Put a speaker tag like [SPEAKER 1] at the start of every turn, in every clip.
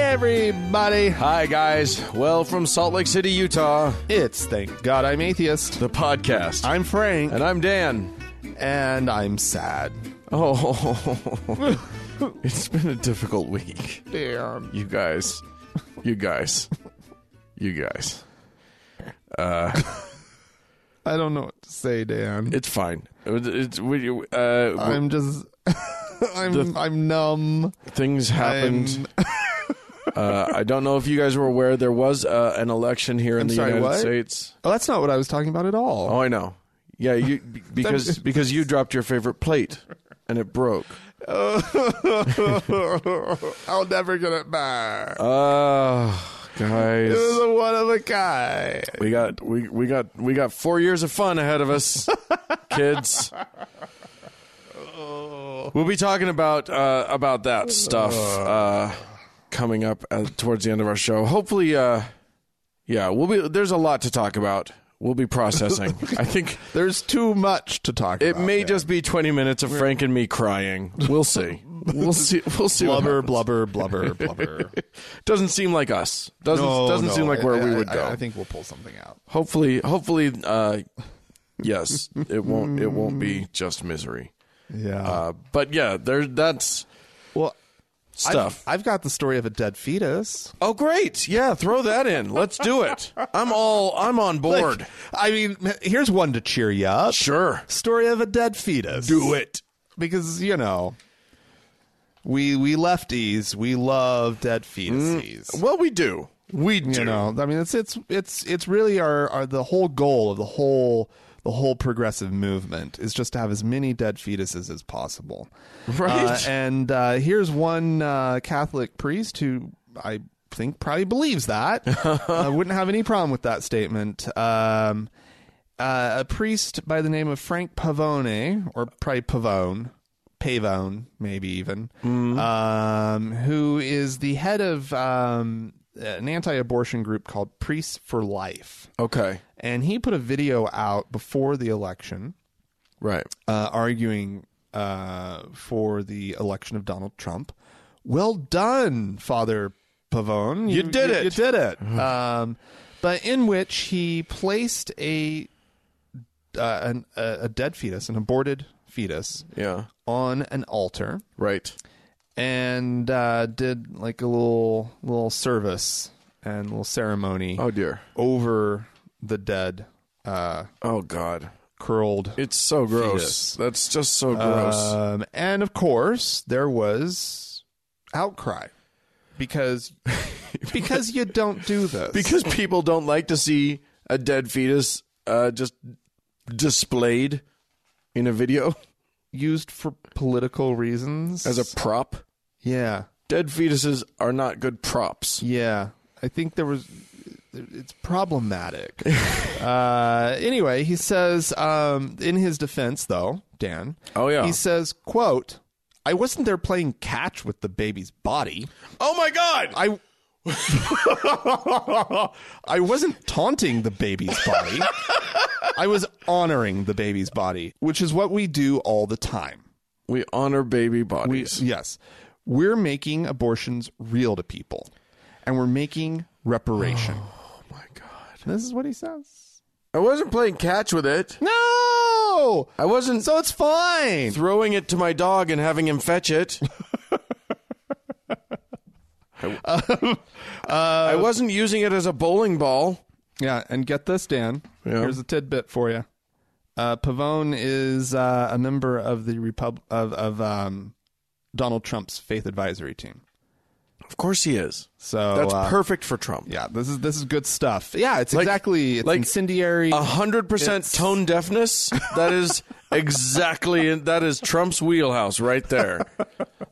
[SPEAKER 1] everybody. Hi, guys. Well, from Salt Lake City, Utah,
[SPEAKER 2] It's Thank God I'm Atheist.
[SPEAKER 1] the podcast.
[SPEAKER 2] I'm Frank,
[SPEAKER 1] and I'm Dan.
[SPEAKER 2] and I'm sad.
[SPEAKER 1] Oh, it's been a difficult week.
[SPEAKER 2] Damn.
[SPEAKER 1] You guys, you guys, you guys.
[SPEAKER 2] I don't know what to say, Dan.
[SPEAKER 1] It's fine. It- It's we. Uh,
[SPEAKER 2] I'm just. I'm I'm numb.
[SPEAKER 1] things happened. Uh, I don't know if you guys were aware there was uh, an election here in the
[SPEAKER 2] sorry,
[SPEAKER 1] United
[SPEAKER 2] what?
[SPEAKER 1] States.
[SPEAKER 2] Oh, that's not what I was talking about at all.
[SPEAKER 1] Oh, I know. Yeah, you be- because because you dropped your favorite plate and it broke.
[SPEAKER 2] I'll never get it back.
[SPEAKER 1] Oh, guys.
[SPEAKER 2] It was a one of a kind.
[SPEAKER 1] We got we we got we got four years of fun ahead of us, kids. We'll be talking about uh, about that stuff uh, coming up uh towards the end of our show. Hopefully, uh, yeah, we'll be. There's a lot to talk about. We'll be processing. I think
[SPEAKER 2] There's too much to talk
[SPEAKER 1] it
[SPEAKER 2] about.
[SPEAKER 1] may just be 20 minutes of Frank and me crying. We'll see. We'll see. We'll see. what
[SPEAKER 2] blubber,
[SPEAKER 1] happens.
[SPEAKER 2] blubber, blubber, blubber.
[SPEAKER 1] Doesn't seem like us. Doesn't
[SPEAKER 2] No,
[SPEAKER 1] doesn't
[SPEAKER 2] no,
[SPEAKER 1] seem like
[SPEAKER 2] I-
[SPEAKER 1] where
[SPEAKER 2] I-
[SPEAKER 1] we would
[SPEAKER 2] I-
[SPEAKER 1] go.
[SPEAKER 2] I think we'll pull something out.
[SPEAKER 1] hopefully hopefully uh yes it won't it won't be just misery
[SPEAKER 2] Yeah.
[SPEAKER 1] uh but yeah there that's
[SPEAKER 2] well, I've-
[SPEAKER 1] stuff
[SPEAKER 2] I've got the story of a dead fetus.
[SPEAKER 1] oh great yeah throw that in let's do it i'm all i'm on board
[SPEAKER 2] I mean, here's one to cheer you up.
[SPEAKER 1] sure
[SPEAKER 2] Story of a dead fetus.
[SPEAKER 1] do it
[SPEAKER 2] Because, you know, we we lefties, we love dead fetuses.
[SPEAKER 1] well we do we do
[SPEAKER 2] You know, I mean, it's it's it's it's really our, our the whole goal of the whole the whole progressive movement is just to have as many dead fetuses as possible. Uh,
[SPEAKER 1] right
[SPEAKER 2] and uh, here's one uh, Catholic priest who I think probably believes that. I wouldn't have any problem with that statement. Um, uh, a priest by the name of Frank Pavone, or probably Pavone, Pavone, maybe even, um, who is the head of um, an anti abortion group called Priests for Life.
[SPEAKER 1] okay
[SPEAKER 2] And he put a video out before the election
[SPEAKER 1] right
[SPEAKER 2] uh, arguing uh, for the election of Donald Trump. Well done, Father Pavone.
[SPEAKER 1] You did it. Mm-hmm.
[SPEAKER 2] You did it. um, but in which he placed a uh, an, a, a dead fetus, an aborted fetus,
[SPEAKER 1] yeah
[SPEAKER 2] on an altar
[SPEAKER 1] right
[SPEAKER 2] and uh, did like a little little service and little ceremony
[SPEAKER 1] oh dear
[SPEAKER 2] over the dead uh,
[SPEAKER 1] oh god
[SPEAKER 2] curled
[SPEAKER 1] it's so gross
[SPEAKER 2] Fetus.
[SPEAKER 1] that's just so gross
[SPEAKER 2] Um, and of course, there was outcry because because you don't do this.
[SPEAKER 1] because people don't like to see a dead fetus uh, just displayed in a video
[SPEAKER 2] used for political reasons.
[SPEAKER 1] as a prop.
[SPEAKER 2] yeah,
[SPEAKER 1] Dead fetuses are not good props.
[SPEAKER 2] yeah. I think there was. It's problematic. uh, anyway, he says um, in his defense, though Dan,
[SPEAKER 1] Oh yeah.
[SPEAKER 2] he says, "quote." I wasn't there playing catch with the baby's body.
[SPEAKER 1] oh my god.
[SPEAKER 2] I I wasn't taunting the baby's body. I was honoring the baby's body, which is what we do all the time.
[SPEAKER 1] we honor baby bodies.
[SPEAKER 2] Yes. We're making abortions real to people and we're making reparation.
[SPEAKER 1] oh my god.
[SPEAKER 2] this is what he says.
[SPEAKER 1] I wasn't playing catch with it.
[SPEAKER 2] No!
[SPEAKER 1] I wasn't
[SPEAKER 2] So it's fine.
[SPEAKER 1] throwing it to my dog and having him fetch it. I, Um, I wasn't using it as a bowling ball.
[SPEAKER 2] Yeah, and get this, Dan. Here's a tidbit for you. Uh, Pavone is uh, a member of the Repub- of of um, Donald Trump's faith advisory team.
[SPEAKER 1] Of course he is.
[SPEAKER 2] So
[SPEAKER 1] That's
[SPEAKER 2] uh,
[SPEAKER 1] perfect for Trump.
[SPEAKER 2] yeah, this is this is good stuff. Yeah, it's exactly it's
[SPEAKER 1] like-
[SPEAKER 2] incendiary.
[SPEAKER 1] A hundred percent tone deafness. That is exactly that is Trump's wheelhouse right there.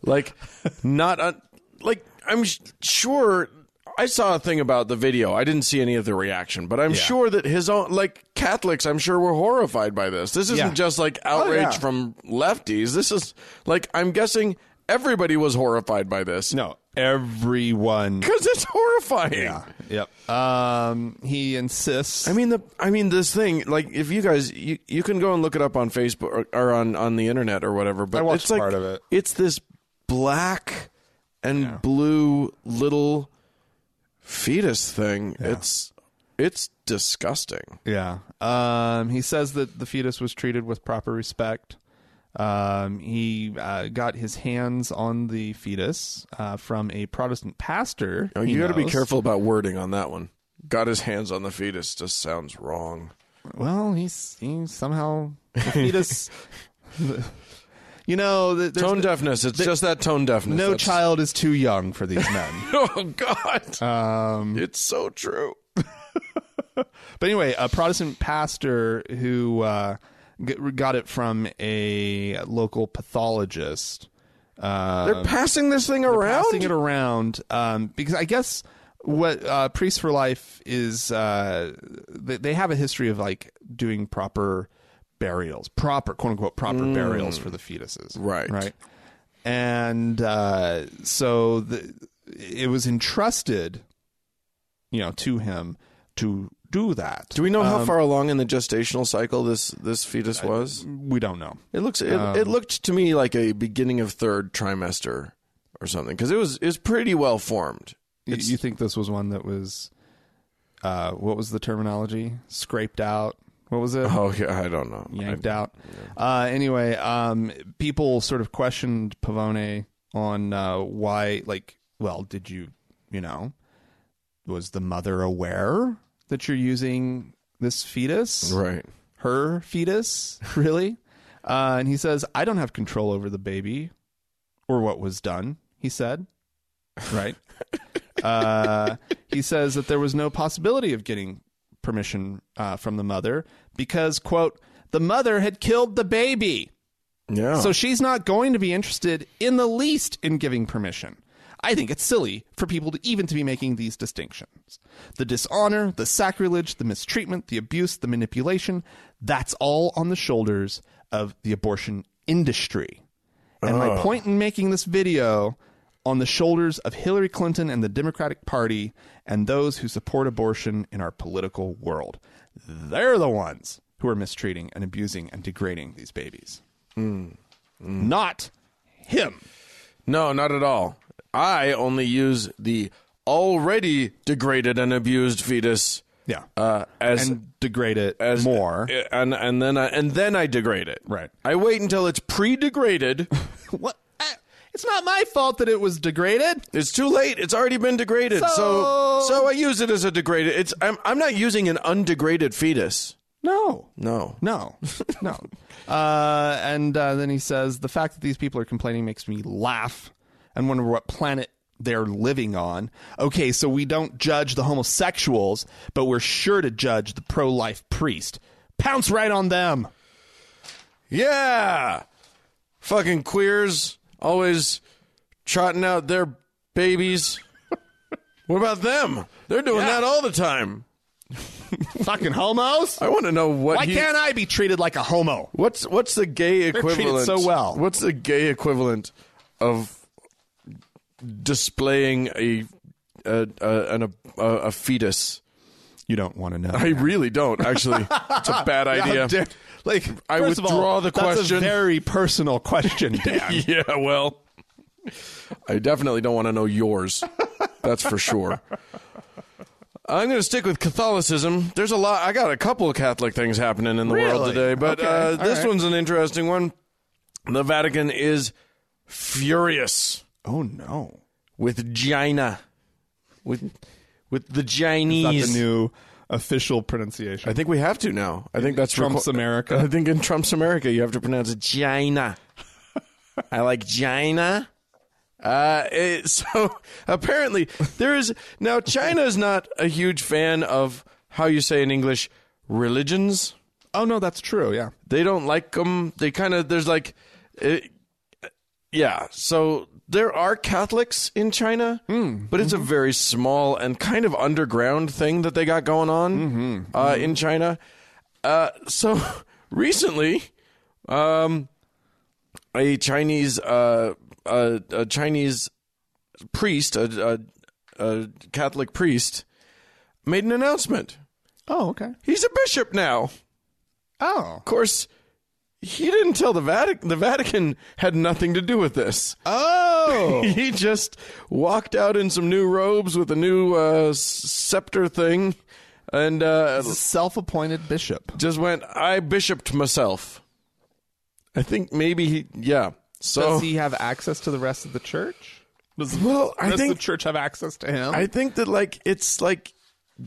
[SPEAKER 1] Like, not a, like I'm sh- sure. I saw a thing about the video. I didn't see any of the reaction, but I'm sure that his own like Catholics, I'm sure were horrified by this. This isn't
[SPEAKER 2] Yeah. Oh,
[SPEAKER 1] just like outrage
[SPEAKER 2] yeah.
[SPEAKER 1] from lefties. This is like I'm guessing everybody was horrified by this
[SPEAKER 2] no, everyone.
[SPEAKER 1] because it's horrifying.
[SPEAKER 2] Yep. Um, he insists.
[SPEAKER 1] I mean the I mean this thing like if you guys you, you can go and look it up on Facebook or, or on on the internet or whatever but
[SPEAKER 2] I watched
[SPEAKER 1] it's like
[SPEAKER 2] part of it.
[SPEAKER 1] it's this black and blue little fetus thing. It's it's disgusting.
[SPEAKER 2] Yeah. Um, he says that the fetus was treated with proper respect. Um, he uh, got his hands on the fetus uh, from a Protestant pastor.
[SPEAKER 1] Oh,
[SPEAKER 2] he
[SPEAKER 1] you got to be
[SPEAKER 2] knows.
[SPEAKER 1] careful about wording on that one. Got his hands on the fetus just sounds wrong.
[SPEAKER 2] Well, he's he somehow the fetus. you know, the, there's
[SPEAKER 1] Tone deafness. It's just that tone deafness.
[SPEAKER 2] no
[SPEAKER 1] That's-
[SPEAKER 2] child is too young for these men.
[SPEAKER 1] Oh God,
[SPEAKER 2] Um,
[SPEAKER 1] it's so true.
[SPEAKER 2] But anyway, a Protestant pastor who uh, g- got it from a local pathologist. Uh,
[SPEAKER 1] They're passing this thing around.
[SPEAKER 2] passing it around um, because I guess what uh, Priests for Life is uh, they, they have a history of like doing proper burials, proper quote unquote proper burials for the fetuses,
[SPEAKER 1] Mm. Right.
[SPEAKER 2] Right, and uh, so the, it was entrusted, you know, to him to do that.
[SPEAKER 1] Do we know how far along in the gestational cycle this this fetus was?
[SPEAKER 2] we don't know.
[SPEAKER 1] It looks it, it looked to me like a beginning of third trimester or something because it was it's pretty well formed.
[SPEAKER 2] You, you think this was one that was, uh, what was the terminology? Scraped out. What was it?
[SPEAKER 1] Oh yeah, I don't know.
[SPEAKER 2] yanked out. Uh, anyway, um, people sort of questioned Pavone on uh, why, like, well, did you, you know, was the mother aware that you're using this fetus,
[SPEAKER 1] Right.
[SPEAKER 2] her fetus, really? Uh, and he says, I don't have control over the baby or what was done, he said. Right? uh, he says that there was no possibility of getting permission uh, from the mother because, quote, the mother had killed the baby.
[SPEAKER 1] Yeah.
[SPEAKER 2] So she's not going to be interested in the least in giving permission. I think it's silly for people to even to be making these distinctions. The dishonor, the sacrilege, the mistreatment, the abuse, the manipulation, that's all on the shoulders of the abortion industry. And my point in making this video on the shoulders of Hillary Clinton and the Democratic Party and those who support abortion in our political world. They're the ones who are mistreating and abusing and degrading these babies not him.
[SPEAKER 1] no, not at all. I only use the already degraded and abused fetus
[SPEAKER 2] Yeah.
[SPEAKER 1] uh, as
[SPEAKER 2] and degrade it more.
[SPEAKER 1] and and then I, and then I degrade it.
[SPEAKER 2] Right.
[SPEAKER 1] I wait until it's pre-degraded.
[SPEAKER 2] what? I- It's not my fault that it was degraded.
[SPEAKER 1] It's too late. It's already been degraded. So so,
[SPEAKER 2] So-
[SPEAKER 1] I use it as a degraded. It's I'm I'm not using an undegraded fetus.
[SPEAKER 2] No.
[SPEAKER 1] No.
[SPEAKER 2] No. No. uh, and uh, then he says the fact that these people are complaining makes me laugh and wonder what planet they're living on. Okay, so we don't judge the homosexuals, but we're sure to judge the pro life priest. Pounce right on them.
[SPEAKER 1] Yeah. Fucking queers always trotting out their babies. what about them? They're doing
[SPEAKER 2] Yeah.
[SPEAKER 1] that all the time.
[SPEAKER 2] Fucking homos.
[SPEAKER 1] I want to know what
[SPEAKER 2] Why
[SPEAKER 1] he-
[SPEAKER 2] can't I be treated like a homo?
[SPEAKER 1] What's what's the gay
[SPEAKER 2] treated
[SPEAKER 1] equivalent?
[SPEAKER 2] so well.
[SPEAKER 1] What's the gay equivalent of displaying a a a, an, a, a fetus?
[SPEAKER 2] You don't want to know.
[SPEAKER 1] I really don't actually. it's a bad idea.
[SPEAKER 2] How dare- like,
[SPEAKER 1] I
[SPEAKER 2] first of all,
[SPEAKER 1] withdraw the
[SPEAKER 2] that's a
[SPEAKER 1] question.
[SPEAKER 2] very personal question, Dan.
[SPEAKER 1] yeah, well, I definitely don't want to know yours. That's for sure. I'm going to stick with Catholicism. There's a lot. I got a couple of Catholic things happening in the world
[SPEAKER 2] Really?
[SPEAKER 1] today, but
[SPEAKER 2] Okay,
[SPEAKER 1] uh,
[SPEAKER 2] all
[SPEAKER 1] this
[SPEAKER 2] right.
[SPEAKER 1] one's an interesting one. The Vatican is furious
[SPEAKER 2] oh no!
[SPEAKER 1] with China, with with the
[SPEAKER 2] Not
[SPEAKER 1] Chinese.
[SPEAKER 2] the new official
[SPEAKER 1] I
[SPEAKER 2] pronunciation.
[SPEAKER 1] think we have to now. I think that's
[SPEAKER 2] Trump's America.
[SPEAKER 1] I think in Trump's America, you have to pronounce it China. I like China. Uh, it- so apparently, there is now China is not a huge fan of how you say in English religions.
[SPEAKER 2] Oh no, that's true. Yeah,
[SPEAKER 1] They don't like them. They kind of there's like, it, yeah. So there are Catholics in China, but it's a very small and kind of underground thing that they got going on uh, in China. Uh, so recently, um, a Chinese uh, a, a Chinese priest, a, a, a Catholic priest, made an announcement.
[SPEAKER 2] Oh okay.
[SPEAKER 1] He's a bishop now
[SPEAKER 2] Oh
[SPEAKER 1] course, he didn't tell the Vatican. The Vatican had nothing to do with this.
[SPEAKER 2] Oh,
[SPEAKER 1] He just walked out in some new robes with a new uh, s- scepter thing, and uh,
[SPEAKER 2] self-appointed bishop.
[SPEAKER 1] just went. I bishoped myself. I think maybe he. Yeah. So
[SPEAKER 2] Does he have access to the rest of the church? Does
[SPEAKER 1] well, I
[SPEAKER 2] does
[SPEAKER 1] think
[SPEAKER 2] the church have access to him?
[SPEAKER 1] I think that like it's like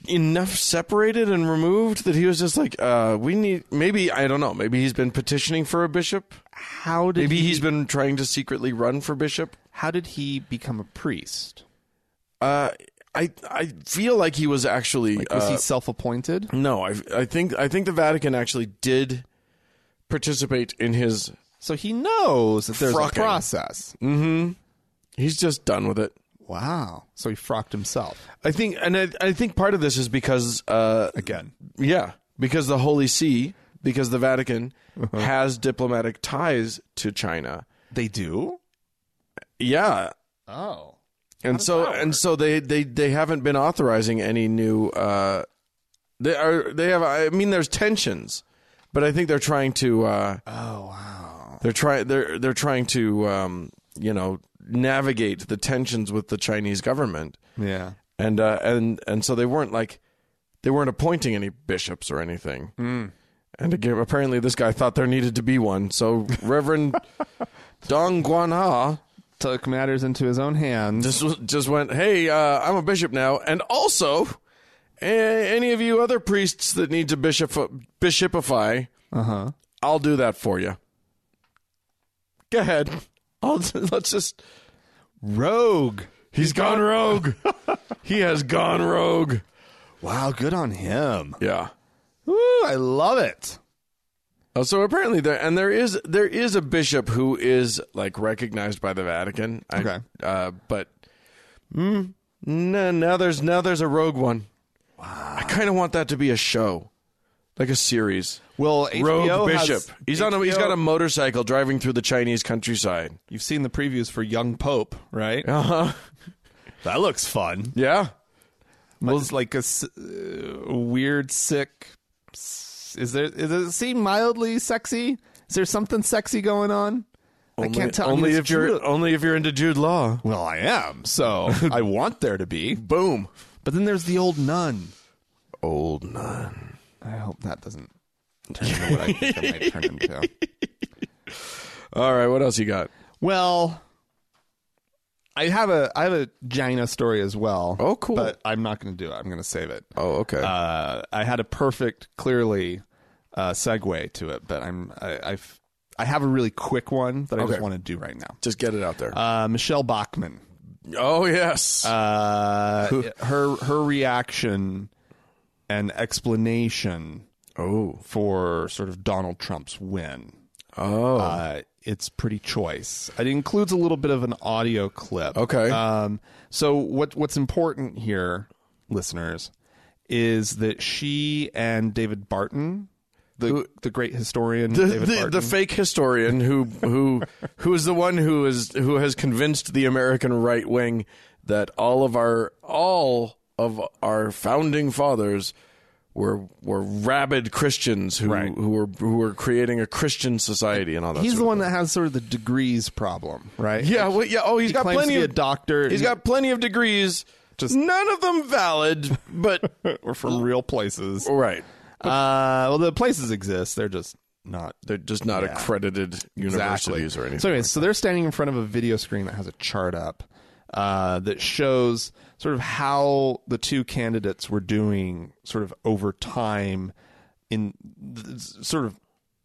[SPEAKER 1] enough separated and removed that he was just like, uh, we need maybe I don't know, maybe he's been petitioning for a bishop.
[SPEAKER 2] how did
[SPEAKER 1] Maybe
[SPEAKER 2] he,
[SPEAKER 1] he's been trying to secretly run for bishop.
[SPEAKER 2] how did he become a priest?
[SPEAKER 1] Uh, I I feel like he was actually
[SPEAKER 2] Was
[SPEAKER 1] uh,
[SPEAKER 2] he self-appointed?
[SPEAKER 1] no, I I think I think the Vatican actually did participate in his.
[SPEAKER 2] So he knows that there's
[SPEAKER 1] Frocking.
[SPEAKER 2] a process. Mm,
[SPEAKER 1] He's just done with it.
[SPEAKER 2] Wow. So he frocked himself
[SPEAKER 1] I think, and I, I think part of this is because uh,
[SPEAKER 2] again.
[SPEAKER 1] Yeah, because the Holy See, because the Vatican has diplomatic ties to China.
[SPEAKER 2] They do.
[SPEAKER 1] Yeah,
[SPEAKER 2] Oh.
[SPEAKER 1] and so and so they they they haven't been authorizing any new. Uh, they are they have. I mean, there's tensions, but I think they're trying to. Uh,
[SPEAKER 2] Oh wow.
[SPEAKER 1] they're trying. They're they're trying to. Um, you know, navigate the tensions with the Chinese government,
[SPEAKER 2] Yeah.
[SPEAKER 1] and uh, and and so they weren't like they weren't appointing any bishops or anything.
[SPEAKER 2] Hmm.
[SPEAKER 1] And again, apparently, this guy thought there needed to be one. So Reverend Dong Guanha
[SPEAKER 2] Took matters into his own hands.
[SPEAKER 1] just was- just went, "Hey, uh, I'm a bishop now, and also a- any of you other priests that need to bishop bishopify,
[SPEAKER 2] Uh
[SPEAKER 1] Uh-huh.
[SPEAKER 2] huh.
[SPEAKER 1] I'll do that for you. Go ahead. I'll let's just."
[SPEAKER 2] Rogue.
[SPEAKER 1] He's gone rogue. he has gone rogue.
[SPEAKER 2] Wow. Good on him.
[SPEAKER 1] Yeah.
[SPEAKER 2] Ooh, I love it.
[SPEAKER 1] Oh, so apparently there and there is there is a bishop who is like recognized by the Vatican. I-
[SPEAKER 2] Okay.
[SPEAKER 1] uh, but mm, no, now there's now there's a rogue one. Wow. I kind of want that to be a show, like a series.
[SPEAKER 2] Well, HBO
[SPEAKER 1] rogue
[SPEAKER 2] has-
[SPEAKER 1] bishop. he's on. A, he's
[SPEAKER 2] HBO
[SPEAKER 1] got a motorcycle driving through the Chinese countryside.
[SPEAKER 2] You've seen the previews for Young Pope, right?
[SPEAKER 1] Uh huh.
[SPEAKER 2] That looks fun.
[SPEAKER 1] Yeah.
[SPEAKER 2] Well, it's like a s- uh, weird, sick. s- Is there? Does it seem mildly sexy? Is there something sexy going on? I can't tell. I mean,
[SPEAKER 1] Only
[SPEAKER 2] it's
[SPEAKER 1] if you're
[SPEAKER 2] Drew-
[SPEAKER 1] only if you're into Jude Law.
[SPEAKER 2] Well, I am, so I want there to be.
[SPEAKER 1] Boom.
[SPEAKER 2] But then there's the old nun.
[SPEAKER 1] Old nun.
[SPEAKER 2] I hope that doesn't turn into what I think it might turn into.
[SPEAKER 1] All right. What else you got?
[SPEAKER 2] Well, I have a I have a Gina story as well.
[SPEAKER 1] Oh, cool.
[SPEAKER 2] But I'm not going to do it. I'm going to save it.
[SPEAKER 1] Oh, okay.
[SPEAKER 2] uh, I had a perfect, clearly, uh, segue to it, but I'm I, I've I have a really quick one that I
[SPEAKER 1] Okay.
[SPEAKER 2] just want to do right now.
[SPEAKER 1] Just get it out there.
[SPEAKER 2] Uh, Michelle Bachman,
[SPEAKER 1] oh yes.
[SPEAKER 2] uh, her her reaction and explanation
[SPEAKER 1] oh.
[SPEAKER 2] for sort of Donald Trump's win.
[SPEAKER 1] Oh.
[SPEAKER 2] Uh, it's pretty choice. It includes a little bit of an audio clip.
[SPEAKER 1] Okay.
[SPEAKER 2] Um, so what what's important here, listeners, is that she and David Barton, the the great historian
[SPEAKER 1] the,
[SPEAKER 2] David
[SPEAKER 1] the,
[SPEAKER 2] Barton,
[SPEAKER 1] the fake historian who who who is the one who is who has convinced the American right wing that all of our all of our founding fathers were were rabid Christians who
[SPEAKER 2] Right.
[SPEAKER 1] who were who were creating a Christian society and all that.
[SPEAKER 2] he's
[SPEAKER 1] sort
[SPEAKER 2] the
[SPEAKER 1] of-
[SPEAKER 2] one that has sort of the degrees problem, right?
[SPEAKER 1] yeah, well, yeah. Oh, he's
[SPEAKER 2] he
[SPEAKER 1] got
[SPEAKER 2] claims to
[SPEAKER 1] plenty
[SPEAKER 2] be a
[SPEAKER 1] of
[SPEAKER 2] doctor.
[SPEAKER 1] he's got plenty of degrees. Just none of them valid, but
[SPEAKER 2] or from real places.
[SPEAKER 1] all right.
[SPEAKER 2] Uh, well, the places exist; they're just not
[SPEAKER 1] They're just not accredited universities or anything.
[SPEAKER 2] So, anyways, so they're standing in front of a video screen that has a chart up uh, that shows sort of how the two candidates were doing sort of over time in th- sort of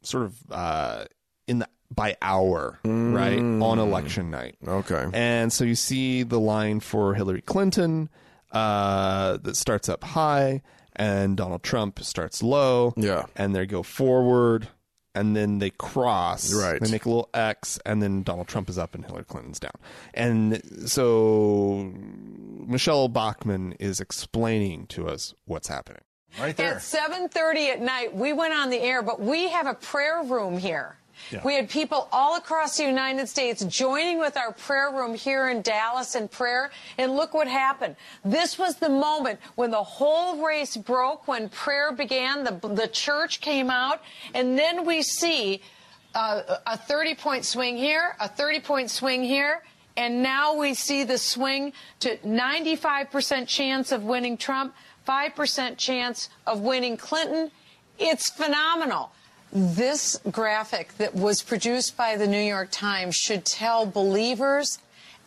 [SPEAKER 2] sort of uh, in the by hour right on election night.
[SPEAKER 1] okay.
[SPEAKER 2] And so you see the line for Hillary Clinton uh, that starts up high, and Donald Trump starts low.
[SPEAKER 1] Yeah.
[SPEAKER 2] And they go forward, and then they cross.
[SPEAKER 1] Right.
[SPEAKER 2] They make a little X, and then Donald Trump is up and Hillary Clinton's down. And so Michelle Bachman is explaining to us what's happening.
[SPEAKER 3] Right there.
[SPEAKER 4] At 7:30 at night, we went on the air, but we have a prayer room here. We had people all across the United States joining with our prayer room here in Dallas in prayer. And look what happened. This was the moment when the whole race broke, when prayer began, the, the church came out, and then we see uh, a 30 point swing here, a 30 point swing here. And now we see the swing to 95% chance of winning Trump, 5% chance of winning Clinton. It's phenomenal. This graphic that was produced by the New York Times should tell believers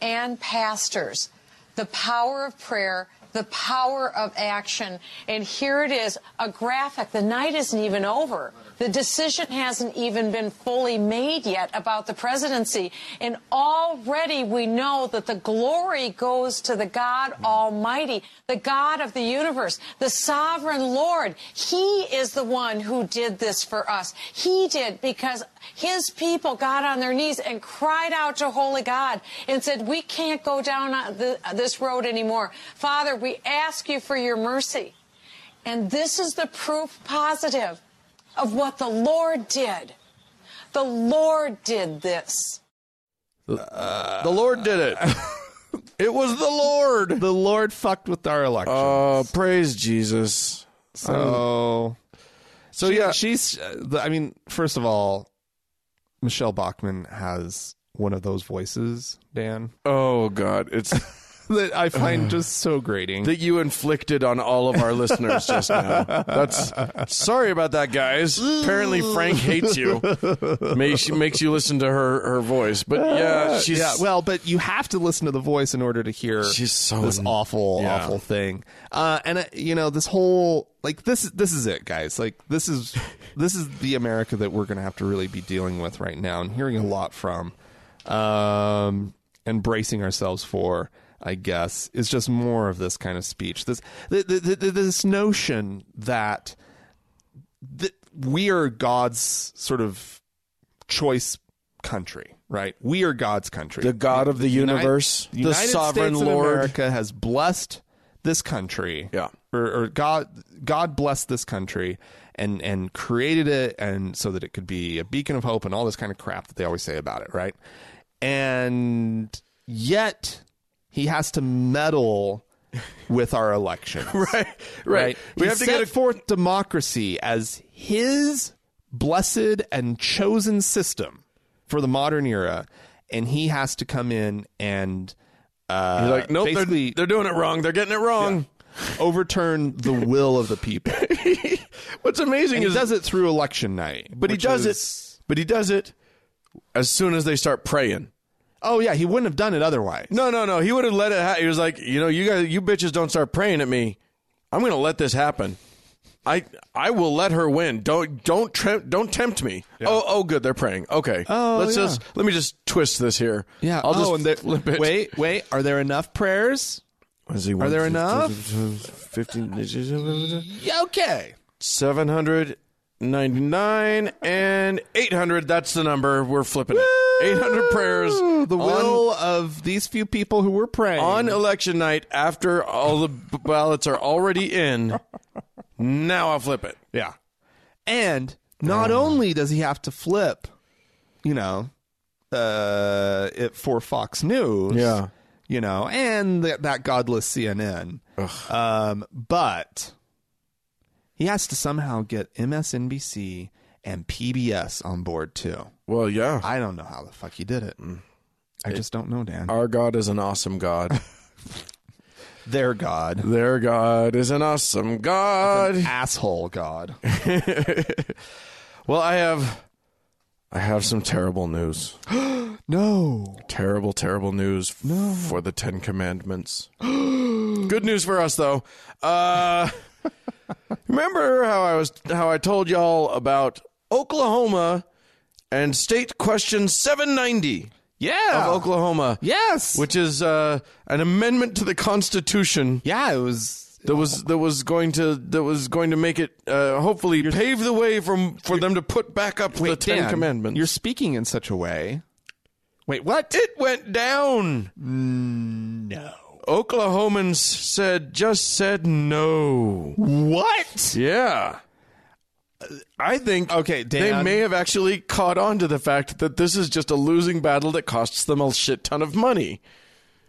[SPEAKER 4] and pastors the power of prayer, the power of action. And here it is a graphic. The night isn't even over. The decision hasn't even been fully made yet about the presidency. And already we know that the glory goes to the God Almighty, the God of the universe, the sovereign Lord. He is the one who did this for us. He did because his people got on their knees and cried out to Holy God and said, We can't go down on the, this road anymore. Father, we ask you for your mercy. And this is the proof positive of what the Lord did. The Lord did this.
[SPEAKER 1] the Lord did it. it was the Lord.
[SPEAKER 2] The Lord fucked with our election.
[SPEAKER 1] Uh, praise Jesus.
[SPEAKER 2] so,
[SPEAKER 1] Oh. So
[SPEAKER 2] She-
[SPEAKER 1] yeah,
[SPEAKER 2] she's. uh, the- I mean, first of all, Michelle Bachman has one of those voices, Dan,
[SPEAKER 1] oh god, it's
[SPEAKER 2] that I find just so grating.
[SPEAKER 1] that you inflicted on all of our listeners just now. That's sorry about that, guys. Apparently, Frank hates you. Makes makes you listen to her her voice, but yeah, she's
[SPEAKER 2] Uh, yeah, well, but you have to listen to the voice in order to hear
[SPEAKER 1] She's so
[SPEAKER 2] this
[SPEAKER 1] n-
[SPEAKER 2] awful,
[SPEAKER 1] yeah.
[SPEAKER 2] awful thing. Uh, and uh, you know, this whole like this this is it, guys. Like this is this is the America that we're going to have to really be dealing with right now, and hearing a lot from, um, and bracing ourselves for. I guess is just more of this kind of speech. This th th th- this notion that th- we are God's sort of choice country, right? We are God's country.
[SPEAKER 1] the God of the universe,
[SPEAKER 2] United
[SPEAKER 1] the sovereign
[SPEAKER 2] States of
[SPEAKER 1] Lord.
[SPEAKER 2] America has blessed this country.
[SPEAKER 1] Yeah.
[SPEAKER 2] Or, or God God blessed this country and and created it and so that it could be a beacon of hope and all this kind of crap that they always say about it, right? And yet he has to meddle with our election.
[SPEAKER 1] Right, right.
[SPEAKER 2] We
[SPEAKER 1] We
[SPEAKER 2] he
[SPEAKER 1] have to
[SPEAKER 2] set
[SPEAKER 1] get a
[SPEAKER 2] forth democracy as his blessed and chosen system for the modern era, and he has to come in and uh,
[SPEAKER 1] You're like, nope, they're,
[SPEAKER 2] basically
[SPEAKER 1] they're doing it wrong. They're getting it wrong.
[SPEAKER 2] overturn the will of the people.
[SPEAKER 1] What's amazing
[SPEAKER 2] he
[SPEAKER 1] is,
[SPEAKER 2] does it through election night,
[SPEAKER 1] but he
[SPEAKER 2] which
[SPEAKER 1] does
[SPEAKER 2] is-
[SPEAKER 1] it. But he does it as soon as they start praying.
[SPEAKER 2] Oh yeah, he wouldn't have done it otherwise.
[SPEAKER 1] No, no, no. He would have let it. Ha- he was like, you know, you guys, you bitches, don't start praying at me. I'm gonna let this happen. I I will let her win. Don't don't tre- don't tempt me. Oh oh, good. They're praying. Okay.
[SPEAKER 2] Oh,
[SPEAKER 1] let's
[SPEAKER 2] yeah.
[SPEAKER 1] just let me just twist this here.
[SPEAKER 2] Yeah.
[SPEAKER 1] I'll
[SPEAKER 2] oh,
[SPEAKER 1] just
[SPEAKER 2] and there-
[SPEAKER 1] flip it.
[SPEAKER 2] Wait, wait. Are there enough prayers?
[SPEAKER 1] Are
[SPEAKER 2] there enough?
[SPEAKER 1] Fifteen.
[SPEAKER 2] Yeah, okay.
[SPEAKER 1] 799 and 800 that's the number we're flipping it 800 prayers
[SPEAKER 2] Ooh, The
[SPEAKER 1] on-
[SPEAKER 2] will of these few people who were praying.
[SPEAKER 1] on election night after all the b- ballots are already in now i'll flip it
[SPEAKER 2] Yeah. And not
[SPEAKER 1] Oh.
[SPEAKER 2] only does he have to flip, you know, uh, it for Fox News.
[SPEAKER 1] Yeah.
[SPEAKER 2] You know, and that that godless CNN. Um, but he has to somehow get MSNBC and PBS on board too.
[SPEAKER 1] well yeah
[SPEAKER 2] I don't know how the fuck he did it.
[SPEAKER 1] Mm.
[SPEAKER 2] I just don't know, Dan.
[SPEAKER 1] our god is an awesome god
[SPEAKER 2] Their God.
[SPEAKER 1] their god is an awesome god
[SPEAKER 2] Asshole God.
[SPEAKER 1] well i have i have some terrible news
[SPEAKER 2] No.
[SPEAKER 1] terrible, terrible news f- for the Ten Commandments. Good news for us, though. Uh, remember how I was how I told y'all about Oklahoma and State Question Seven Ninety
[SPEAKER 2] Yeah.
[SPEAKER 1] of Oklahoma,
[SPEAKER 2] Yes.
[SPEAKER 1] which is uh, an amendment to the Constitution
[SPEAKER 2] yeah, it was
[SPEAKER 1] that was that was going to that was going to make it uh, hopefully pave the way from for them to put back up the Ten
[SPEAKER 2] Dan,
[SPEAKER 1] Commandments.
[SPEAKER 2] You're speaking in such a way. Wait, what?
[SPEAKER 1] it went down.
[SPEAKER 2] no.
[SPEAKER 1] Oklahomans said just said no.
[SPEAKER 2] What?
[SPEAKER 1] Yeah. I think
[SPEAKER 2] Okay, Dan.
[SPEAKER 1] they may have actually caught on to the fact that this is just a losing battle that costs them a shit ton of money.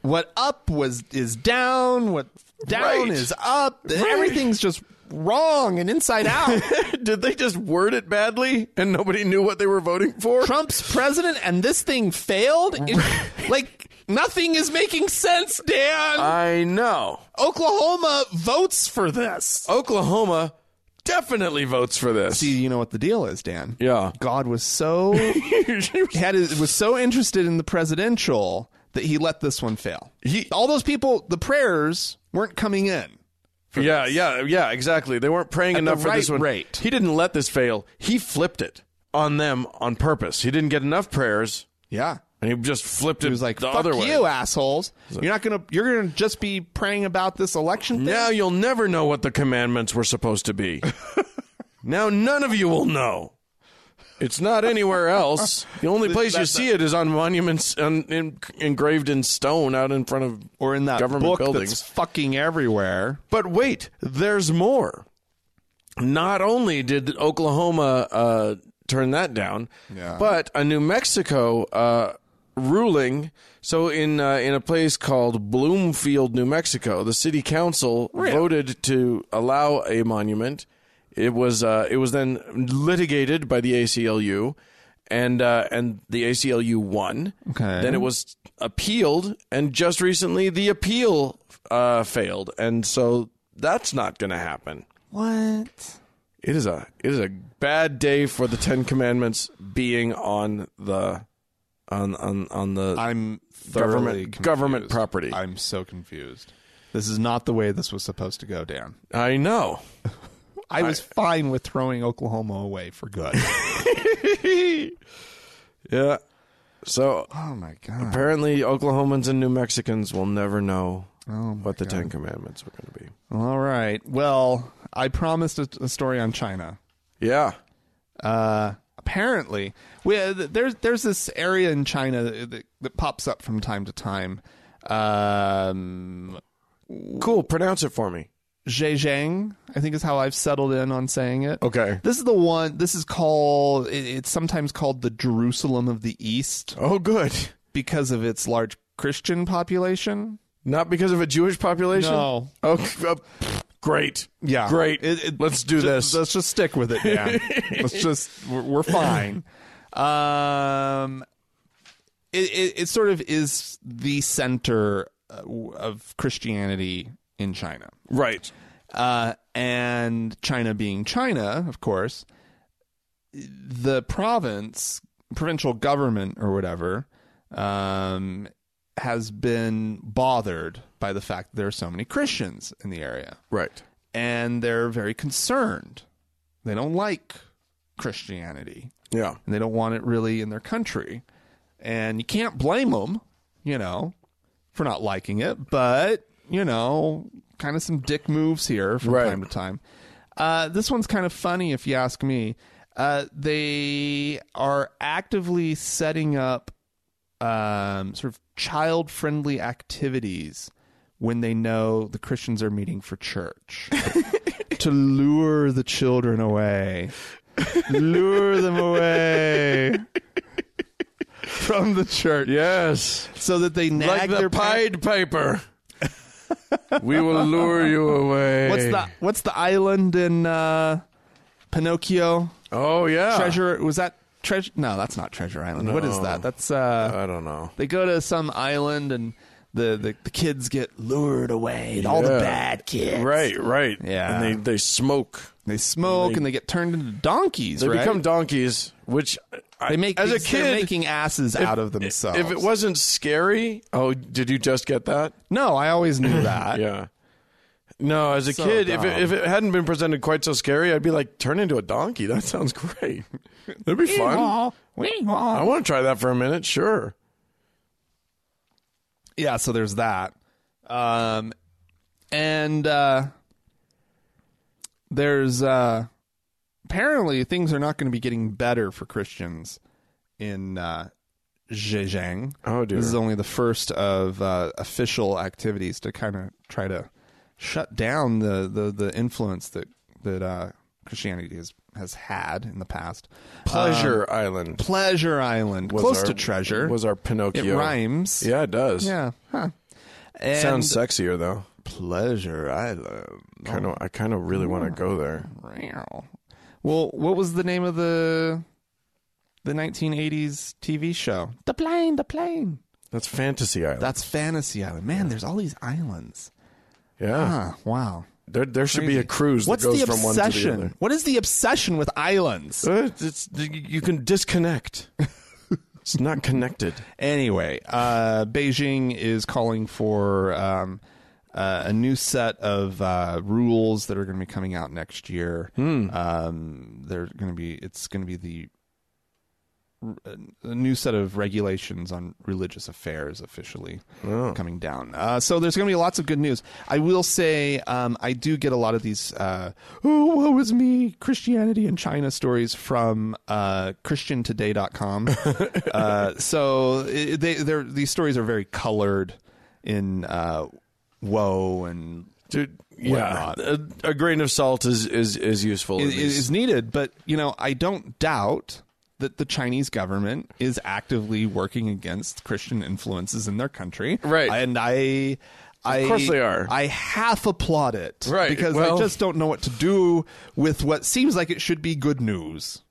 [SPEAKER 2] What up was is down. What down
[SPEAKER 1] Right.
[SPEAKER 2] is up. Everything's just wrong and inside out.
[SPEAKER 1] did they just word it badly and nobody knew what they were voting for?
[SPEAKER 2] Trump's president and this thing failed? It- like, nothing is making sense, Dan.
[SPEAKER 1] I know.
[SPEAKER 2] Oklahoma votes for this.
[SPEAKER 1] Oklahoma definitely votes for this.
[SPEAKER 2] Oh, See, you know what the deal is, Dan.
[SPEAKER 1] Yeah.
[SPEAKER 2] God was so had his, was so interested in the presidential that he let this one fail.
[SPEAKER 1] He-
[SPEAKER 2] All those people, the prayers weren't coming in.
[SPEAKER 1] yeah, yeah, yeah, exactly. They weren't praying enough
[SPEAKER 2] the
[SPEAKER 1] for this
[SPEAKER 2] right
[SPEAKER 1] one.
[SPEAKER 2] rate.
[SPEAKER 1] He didn't let this fail. He flipped it on them on purpose. He didn't get enough prayers
[SPEAKER 2] Yeah.
[SPEAKER 1] and he just flipped it
[SPEAKER 2] He was like,
[SPEAKER 1] the
[SPEAKER 2] "Fuck
[SPEAKER 1] other
[SPEAKER 2] you,
[SPEAKER 1] way.
[SPEAKER 2] assholes! You're not gonna. You're gonna just be praying about this election thing."
[SPEAKER 1] Now you'll never know what the commandments were supposed to be. now none of you will know. It's not anywhere else. The only place you see it is on monuments un, in, engraved in stone out in front of
[SPEAKER 2] or in that
[SPEAKER 1] government
[SPEAKER 2] book
[SPEAKER 1] buildings.
[SPEAKER 2] that's fucking everywhere.
[SPEAKER 1] But wait, there's more. Not only did Oklahoma uh, turn that down,
[SPEAKER 2] Yeah.
[SPEAKER 1] but a New Mexico uh, ruling. So in uh, in a place called Bloomfield, New Mexico, the city council voted to allow a monument. It was uh, it was then litigated by the ACLU, and uh, and the ACLU won.
[SPEAKER 2] Okay.
[SPEAKER 1] Then it was appealed, and just recently the appeal uh, failed, and so that's not going to happen.
[SPEAKER 2] What?
[SPEAKER 1] It is a it is a bad day for the Ten Commandments being on the on on on the
[SPEAKER 2] I'm thoroughly
[SPEAKER 1] government government
[SPEAKER 2] confused.
[SPEAKER 1] property. I,
[SPEAKER 2] I'm so confused. This is not the way this was supposed to go, Dan.
[SPEAKER 1] know.
[SPEAKER 2] I was fine with throwing Oklahoma away for good.
[SPEAKER 1] Yeah. So
[SPEAKER 2] oh my god!
[SPEAKER 1] apparently, Oklahomans and New Mexicans will never know
[SPEAKER 2] Oh
[SPEAKER 1] what the Ten Commandments were going to be.
[SPEAKER 2] All right. Well, I promised a, a story on China.
[SPEAKER 1] Yeah.
[SPEAKER 2] Uh, apparently, we, uh, th- there's there's this area in China that, that, that pops up from time to time. Um,
[SPEAKER 1] Cool. Pronounce it for me.
[SPEAKER 2] Zhejiang, I think is how I've settled in on saying it.
[SPEAKER 1] Okay.
[SPEAKER 2] This is the one. This is called. It, it's sometimes called the Jerusalem of the East
[SPEAKER 1] Oh, good.
[SPEAKER 2] because of its large Christian population.
[SPEAKER 1] Not because of a Jewish population.
[SPEAKER 2] No.
[SPEAKER 1] Okay. uh, pfft, great.
[SPEAKER 2] Yeah.
[SPEAKER 1] Great.
[SPEAKER 2] It- it-
[SPEAKER 1] Let's do
[SPEAKER 2] ju-
[SPEAKER 1] this.
[SPEAKER 2] Let's just stick with it, Dan. let's just we're, we're fine. Um, it, it it sort of is the center uh, w- of Christianity in China,
[SPEAKER 1] right.
[SPEAKER 2] uh, and China being China, of course, the province, provincial government, or whatever, um, has been bothered by the fact that there are so many Christians in the area
[SPEAKER 1] Right.
[SPEAKER 2] and they're very concerned. They don't like Christianity
[SPEAKER 1] Yeah.
[SPEAKER 2] and they don't want it really in their country. And you can't blame them, you know, for not liking it, but, you know, kind of some dick moves here from
[SPEAKER 1] Right.
[SPEAKER 2] time to time. Uh, this one's kind of funny if you ask me. Uh, they are actively setting up um, sort of child friendly activities when they know the Christians are meeting for church to lure the children away, lure them away from the church
[SPEAKER 1] Yes.
[SPEAKER 2] so that they nag
[SPEAKER 1] like the
[SPEAKER 2] their par-
[SPEAKER 1] Pied Piper. we will lure you away.
[SPEAKER 2] What's the what's the island in uh, Pinocchio?
[SPEAKER 1] Oh yeah.
[SPEAKER 2] Treasure was that treasure? No, that's not Treasure Island. What is
[SPEAKER 1] No.
[SPEAKER 2] that? That's uh,
[SPEAKER 1] I don't know.
[SPEAKER 2] They go to some island and the, the, the kids get lured away. All the
[SPEAKER 1] Yeah.
[SPEAKER 2] bad kids.
[SPEAKER 1] Right, right.
[SPEAKER 2] Yeah.
[SPEAKER 1] And they they smoke.
[SPEAKER 2] They smoke
[SPEAKER 1] They-
[SPEAKER 2] and they get turned into donkeys.
[SPEAKER 1] They
[SPEAKER 2] right?
[SPEAKER 1] become donkeys, which I,
[SPEAKER 2] They make
[SPEAKER 1] as a
[SPEAKER 2] these- they're
[SPEAKER 1] kid
[SPEAKER 2] making asses out of themselves.
[SPEAKER 1] If it wasn't scary, oh, did you just get that?
[SPEAKER 2] no, I always knew that.
[SPEAKER 1] Yeah. No, as a
[SPEAKER 2] So
[SPEAKER 1] kid, if it,
[SPEAKER 2] dumb.
[SPEAKER 1] if it hadn't been presented quite so scary, I'd be like, turn into a donkey. That sounds great. That'd be fun. I want to try that for a minute. Sure.
[SPEAKER 2] Yeah, so there's that. Um, and uh, there's uh, apparently things are not going to be getting better for Christians in uh, Zhejiang.
[SPEAKER 1] Oh, dear.
[SPEAKER 2] This is only the first of uh, official activities to kind of try to shut down the, the, the influence that that uh, Christianity has has had in the past.
[SPEAKER 1] Pleasure Island.
[SPEAKER 2] Pleasure Island,
[SPEAKER 1] was
[SPEAKER 2] close
[SPEAKER 1] our-
[SPEAKER 2] to treasure.
[SPEAKER 1] Was our Pinocchio.
[SPEAKER 2] it rhymes.
[SPEAKER 1] Yeah, it does.
[SPEAKER 2] Yeah. Huh. And
[SPEAKER 1] Sounds sexier though.
[SPEAKER 2] Pleasure Island.
[SPEAKER 1] Kind of, I kind of really want to go there.
[SPEAKER 2] Meow. Well, what was the name of the the 1980s TV show? The plane, the plane.
[SPEAKER 1] That's Fantasy Island.
[SPEAKER 2] That's Fantasy Island. Man, there's all these islands.
[SPEAKER 1] yeah.
[SPEAKER 2] Huh, wow.
[SPEAKER 1] There, there should be a cruise
[SPEAKER 2] What's
[SPEAKER 1] that goes
[SPEAKER 2] the
[SPEAKER 1] from one to the
[SPEAKER 2] obsession?
[SPEAKER 1] other.
[SPEAKER 2] What is the obsession with islands?
[SPEAKER 1] Uh, It's, you can disconnect. it's not connected.
[SPEAKER 2] Anyway, uh, Beijing is calling for um, uh, a new set of uh, rules that are going to be coming out next year. Um, they're going to be it's going to be the a new set of regulations on religious affairs officially coming down. Uh, so there's going to be lots of good news. I will say um, I do get a lot of these uh, "oh woe is me" Christianity in China stories from uh, ChristianToday.com. uh, so it, they they're, these stories are very colored in uh, woe and
[SPEAKER 1] Dude, yeah,
[SPEAKER 2] Whatnot.
[SPEAKER 1] a, a grain of salt is is, is useful. in
[SPEAKER 2] is,
[SPEAKER 1] these.
[SPEAKER 2] is needed. But you know, I don't doubt that the Chinese government is actively working against Christian influences in their country.
[SPEAKER 1] Right.
[SPEAKER 2] and I. I, of
[SPEAKER 1] course they are.
[SPEAKER 2] I half applaud it,
[SPEAKER 1] Right,
[SPEAKER 2] Because
[SPEAKER 1] well-
[SPEAKER 2] I just don't know what to do with what seems like it should be good news,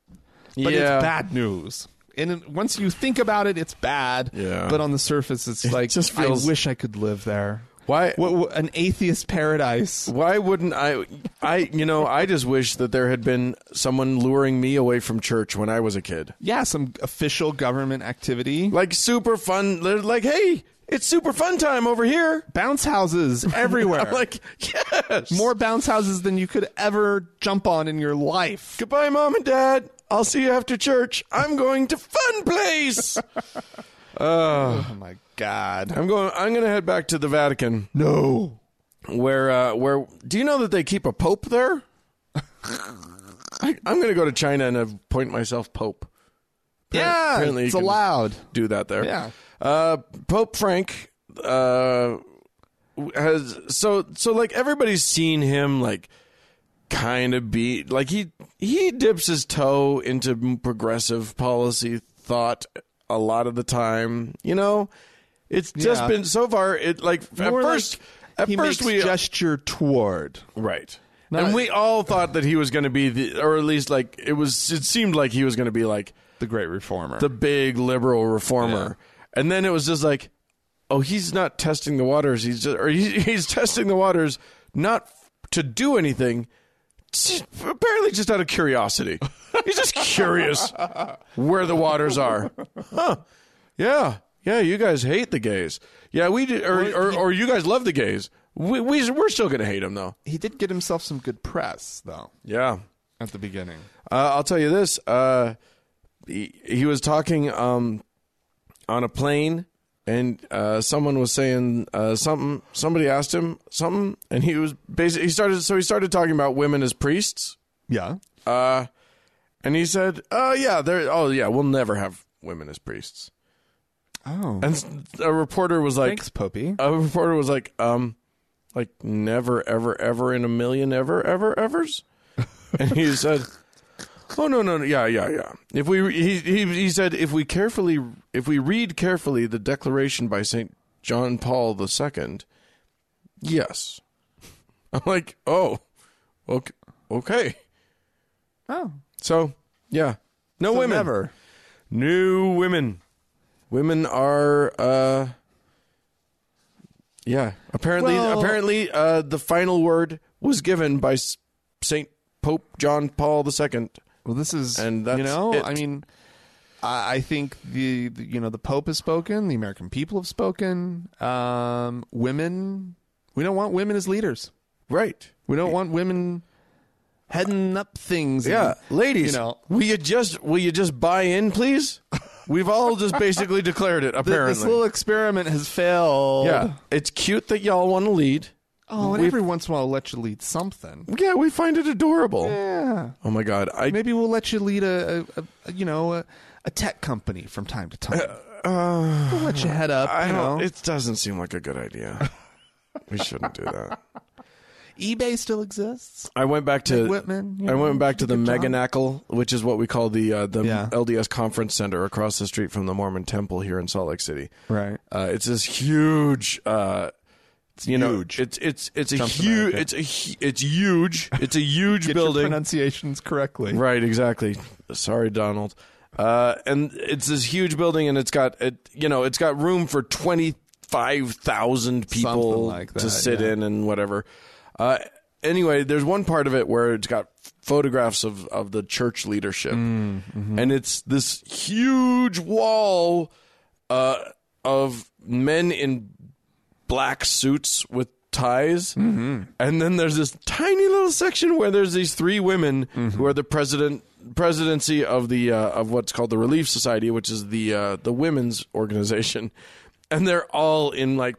[SPEAKER 2] but
[SPEAKER 1] Yeah.
[SPEAKER 2] it's bad news. And it- once you think about it, it's bad.
[SPEAKER 1] Yeah.
[SPEAKER 2] But on the surface, it's like
[SPEAKER 1] just feels-
[SPEAKER 2] I wish I could live there.
[SPEAKER 1] Why-
[SPEAKER 2] What, what, an atheist paradise?
[SPEAKER 1] Why wouldn't I? I you know I just wish that there had been someone luring me away from church when I was a kid.
[SPEAKER 2] Yeah, some official government activity.
[SPEAKER 1] Like super fun. they're Like hey, it's super fun time over here.
[SPEAKER 2] bounce houses everywhere.
[SPEAKER 1] I'm like yes.
[SPEAKER 2] more bounce houses than you could ever jump on in your life.
[SPEAKER 1] Goodbye, mom and dad. I'll see you after church. I'm going to fun place.
[SPEAKER 2] Oh my god.
[SPEAKER 1] I'm going. I'm going to head back to the Vatican.
[SPEAKER 2] No.
[SPEAKER 1] where uh, where do you know that they keep a pope there? I, I'm going to go to China and appoint myself pope. Appar-
[SPEAKER 2] Yeah,
[SPEAKER 1] apparently
[SPEAKER 2] it's
[SPEAKER 1] you can
[SPEAKER 2] allowed.
[SPEAKER 1] Do that there.
[SPEAKER 2] Yeah.
[SPEAKER 1] Uh, pope Frank uh, has so so like everybody's seen him like kind of be like he he dips his toe into progressive policy thought a lot of the time. You know, it's just
[SPEAKER 2] Yeah.
[SPEAKER 1] been so far. It like
[SPEAKER 2] More like
[SPEAKER 1] at first. at
[SPEAKER 2] he
[SPEAKER 1] first,
[SPEAKER 2] makes
[SPEAKER 1] we
[SPEAKER 2] gesture toward.
[SPEAKER 1] Right.
[SPEAKER 2] Not-
[SPEAKER 1] and we all thought that he was going to be the, or at least like it was. It seemed like he was going to be like
[SPEAKER 2] The great reformer.
[SPEAKER 1] the big liberal reformer, and then it was just like, oh, he's not testing the waters. He's just, or he, he's testing the waters not f- to do anything. s- Apparently, just out of curiosity, he's just curious where the waters are. Huh? Yeah, yeah. You guys hate the gays. Yeah, we do, or, or or you guys love the gays. We, we we're still going to hate him though.
[SPEAKER 2] he did get himself some good press though
[SPEAKER 1] Yeah.
[SPEAKER 2] at the beginning.
[SPEAKER 1] Uh, I'll tell you this. Uh, he, he was talking um, on a plane, and uh, someone was saying uh, something. Somebody asked him something, and he was basically he started. So he started talking about women as priests,
[SPEAKER 2] Yeah.
[SPEAKER 1] uh, and he said, "Oh yeah, there. Oh yeah, we'll never have women as priests."
[SPEAKER 2] Oh.
[SPEAKER 1] And s- a reporter was like,
[SPEAKER 2] Thanks, Popey.
[SPEAKER 1] "A reporter was like, um, like never, ever, ever in a million, ever, ever, ever's." and he said, "Oh no, no, no, yeah, yeah, yeah. If we he, he he said if we carefully if we read carefully the Declaration by Saint John Paul II, yes." I'm like, oh, okay, okay.
[SPEAKER 2] oh.
[SPEAKER 1] So yeah, no
[SPEAKER 2] So
[SPEAKER 1] women,
[SPEAKER 2] never.
[SPEAKER 1] new women. Women are, uh, yeah. Apparently,
[SPEAKER 2] Well-
[SPEAKER 1] apparently, uh, the final word was given by S- Saint Pope John Paul II.
[SPEAKER 2] Well, this is
[SPEAKER 1] And that's
[SPEAKER 2] you know,
[SPEAKER 1] it.
[SPEAKER 2] I mean, I, I think the, the you know the Pope has spoken, the American people have spoken. Um, women, we don't want women as leaders.
[SPEAKER 1] Right.
[SPEAKER 2] We don't want women heading up things. and,
[SPEAKER 1] Yeah, ladies.
[SPEAKER 2] you know.
[SPEAKER 1] will you just will you just buy in, please? We've all just basically declared it.
[SPEAKER 2] Th-
[SPEAKER 1] Apparently,
[SPEAKER 2] this little experiment has failed.
[SPEAKER 1] yeah. It's cute that y'all want to lead.
[SPEAKER 2] Oh, and every once in a while, we'll let you lead something.
[SPEAKER 1] Yeah, we find it adorable.
[SPEAKER 2] Yeah.
[SPEAKER 1] Oh my god, I
[SPEAKER 2] Maybe we'll let you lead a, a, a you know a, a tech company from time to time. we'll let you head up.
[SPEAKER 1] I
[SPEAKER 2] you
[SPEAKER 1] don't.
[SPEAKER 2] know.
[SPEAKER 1] It doesn't seem like a good idea. we shouldn't do that.
[SPEAKER 2] eBay still exists.
[SPEAKER 1] I went back to
[SPEAKER 2] Meg Whitman, you
[SPEAKER 1] I went
[SPEAKER 2] know,
[SPEAKER 1] back to
[SPEAKER 2] did
[SPEAKER 1] the
[SPEAKER 2] a good job.
[SPEAKER 1] Meganacle, which is what we call the uh, the
[SPEAKER 2] Yeah.
[SPEAKER 1] LDS Conference Center across the Uh, street from the Mormon Temple here in Salt Lake City.
[SPEAKER 2] Right.
[SPEAKER 1] Uh, it's this huge uh, It's you know,
[SPEAKER 2] huge.
[SPEAKER 1] It's it's it's a
[SPEAKER 2] Trump's
[SPEAKER 1] huge.
[SPEAKER 2] America.
[SPEAKER 1] It's a hu- it's huge. It's a huge
[SPEAKER 2] Get your
[SPEAKER 1] building.
[SPEAKER 2] pronunciations correctly.
[SPEAKER 1] Right, exactly. Sorry, Donald. Uh, and it's this huge building, and it's got it, you know, it's got room for twenty five thousand people
[SPEAKER 2] Something like
[SPEAKER 1] to
[SPEAKER 2] that,
[SPEAKER 1] sit
[SPEAKER 2] yeah.
[SPEAKER 1] in and whatever. Uh, anyway, there's one part of it where it's got photographs of of the church leadership,
[SPEAKER 2] Mm-hmm.
[SPEAKER 1] and it's this huge wall uh, of men in black suits with ties. And then there's this tiny little section where there's these three women who are the president presidency of the uh, of what's called the Relief Society, which is the uh, the women's organization, and they're all in like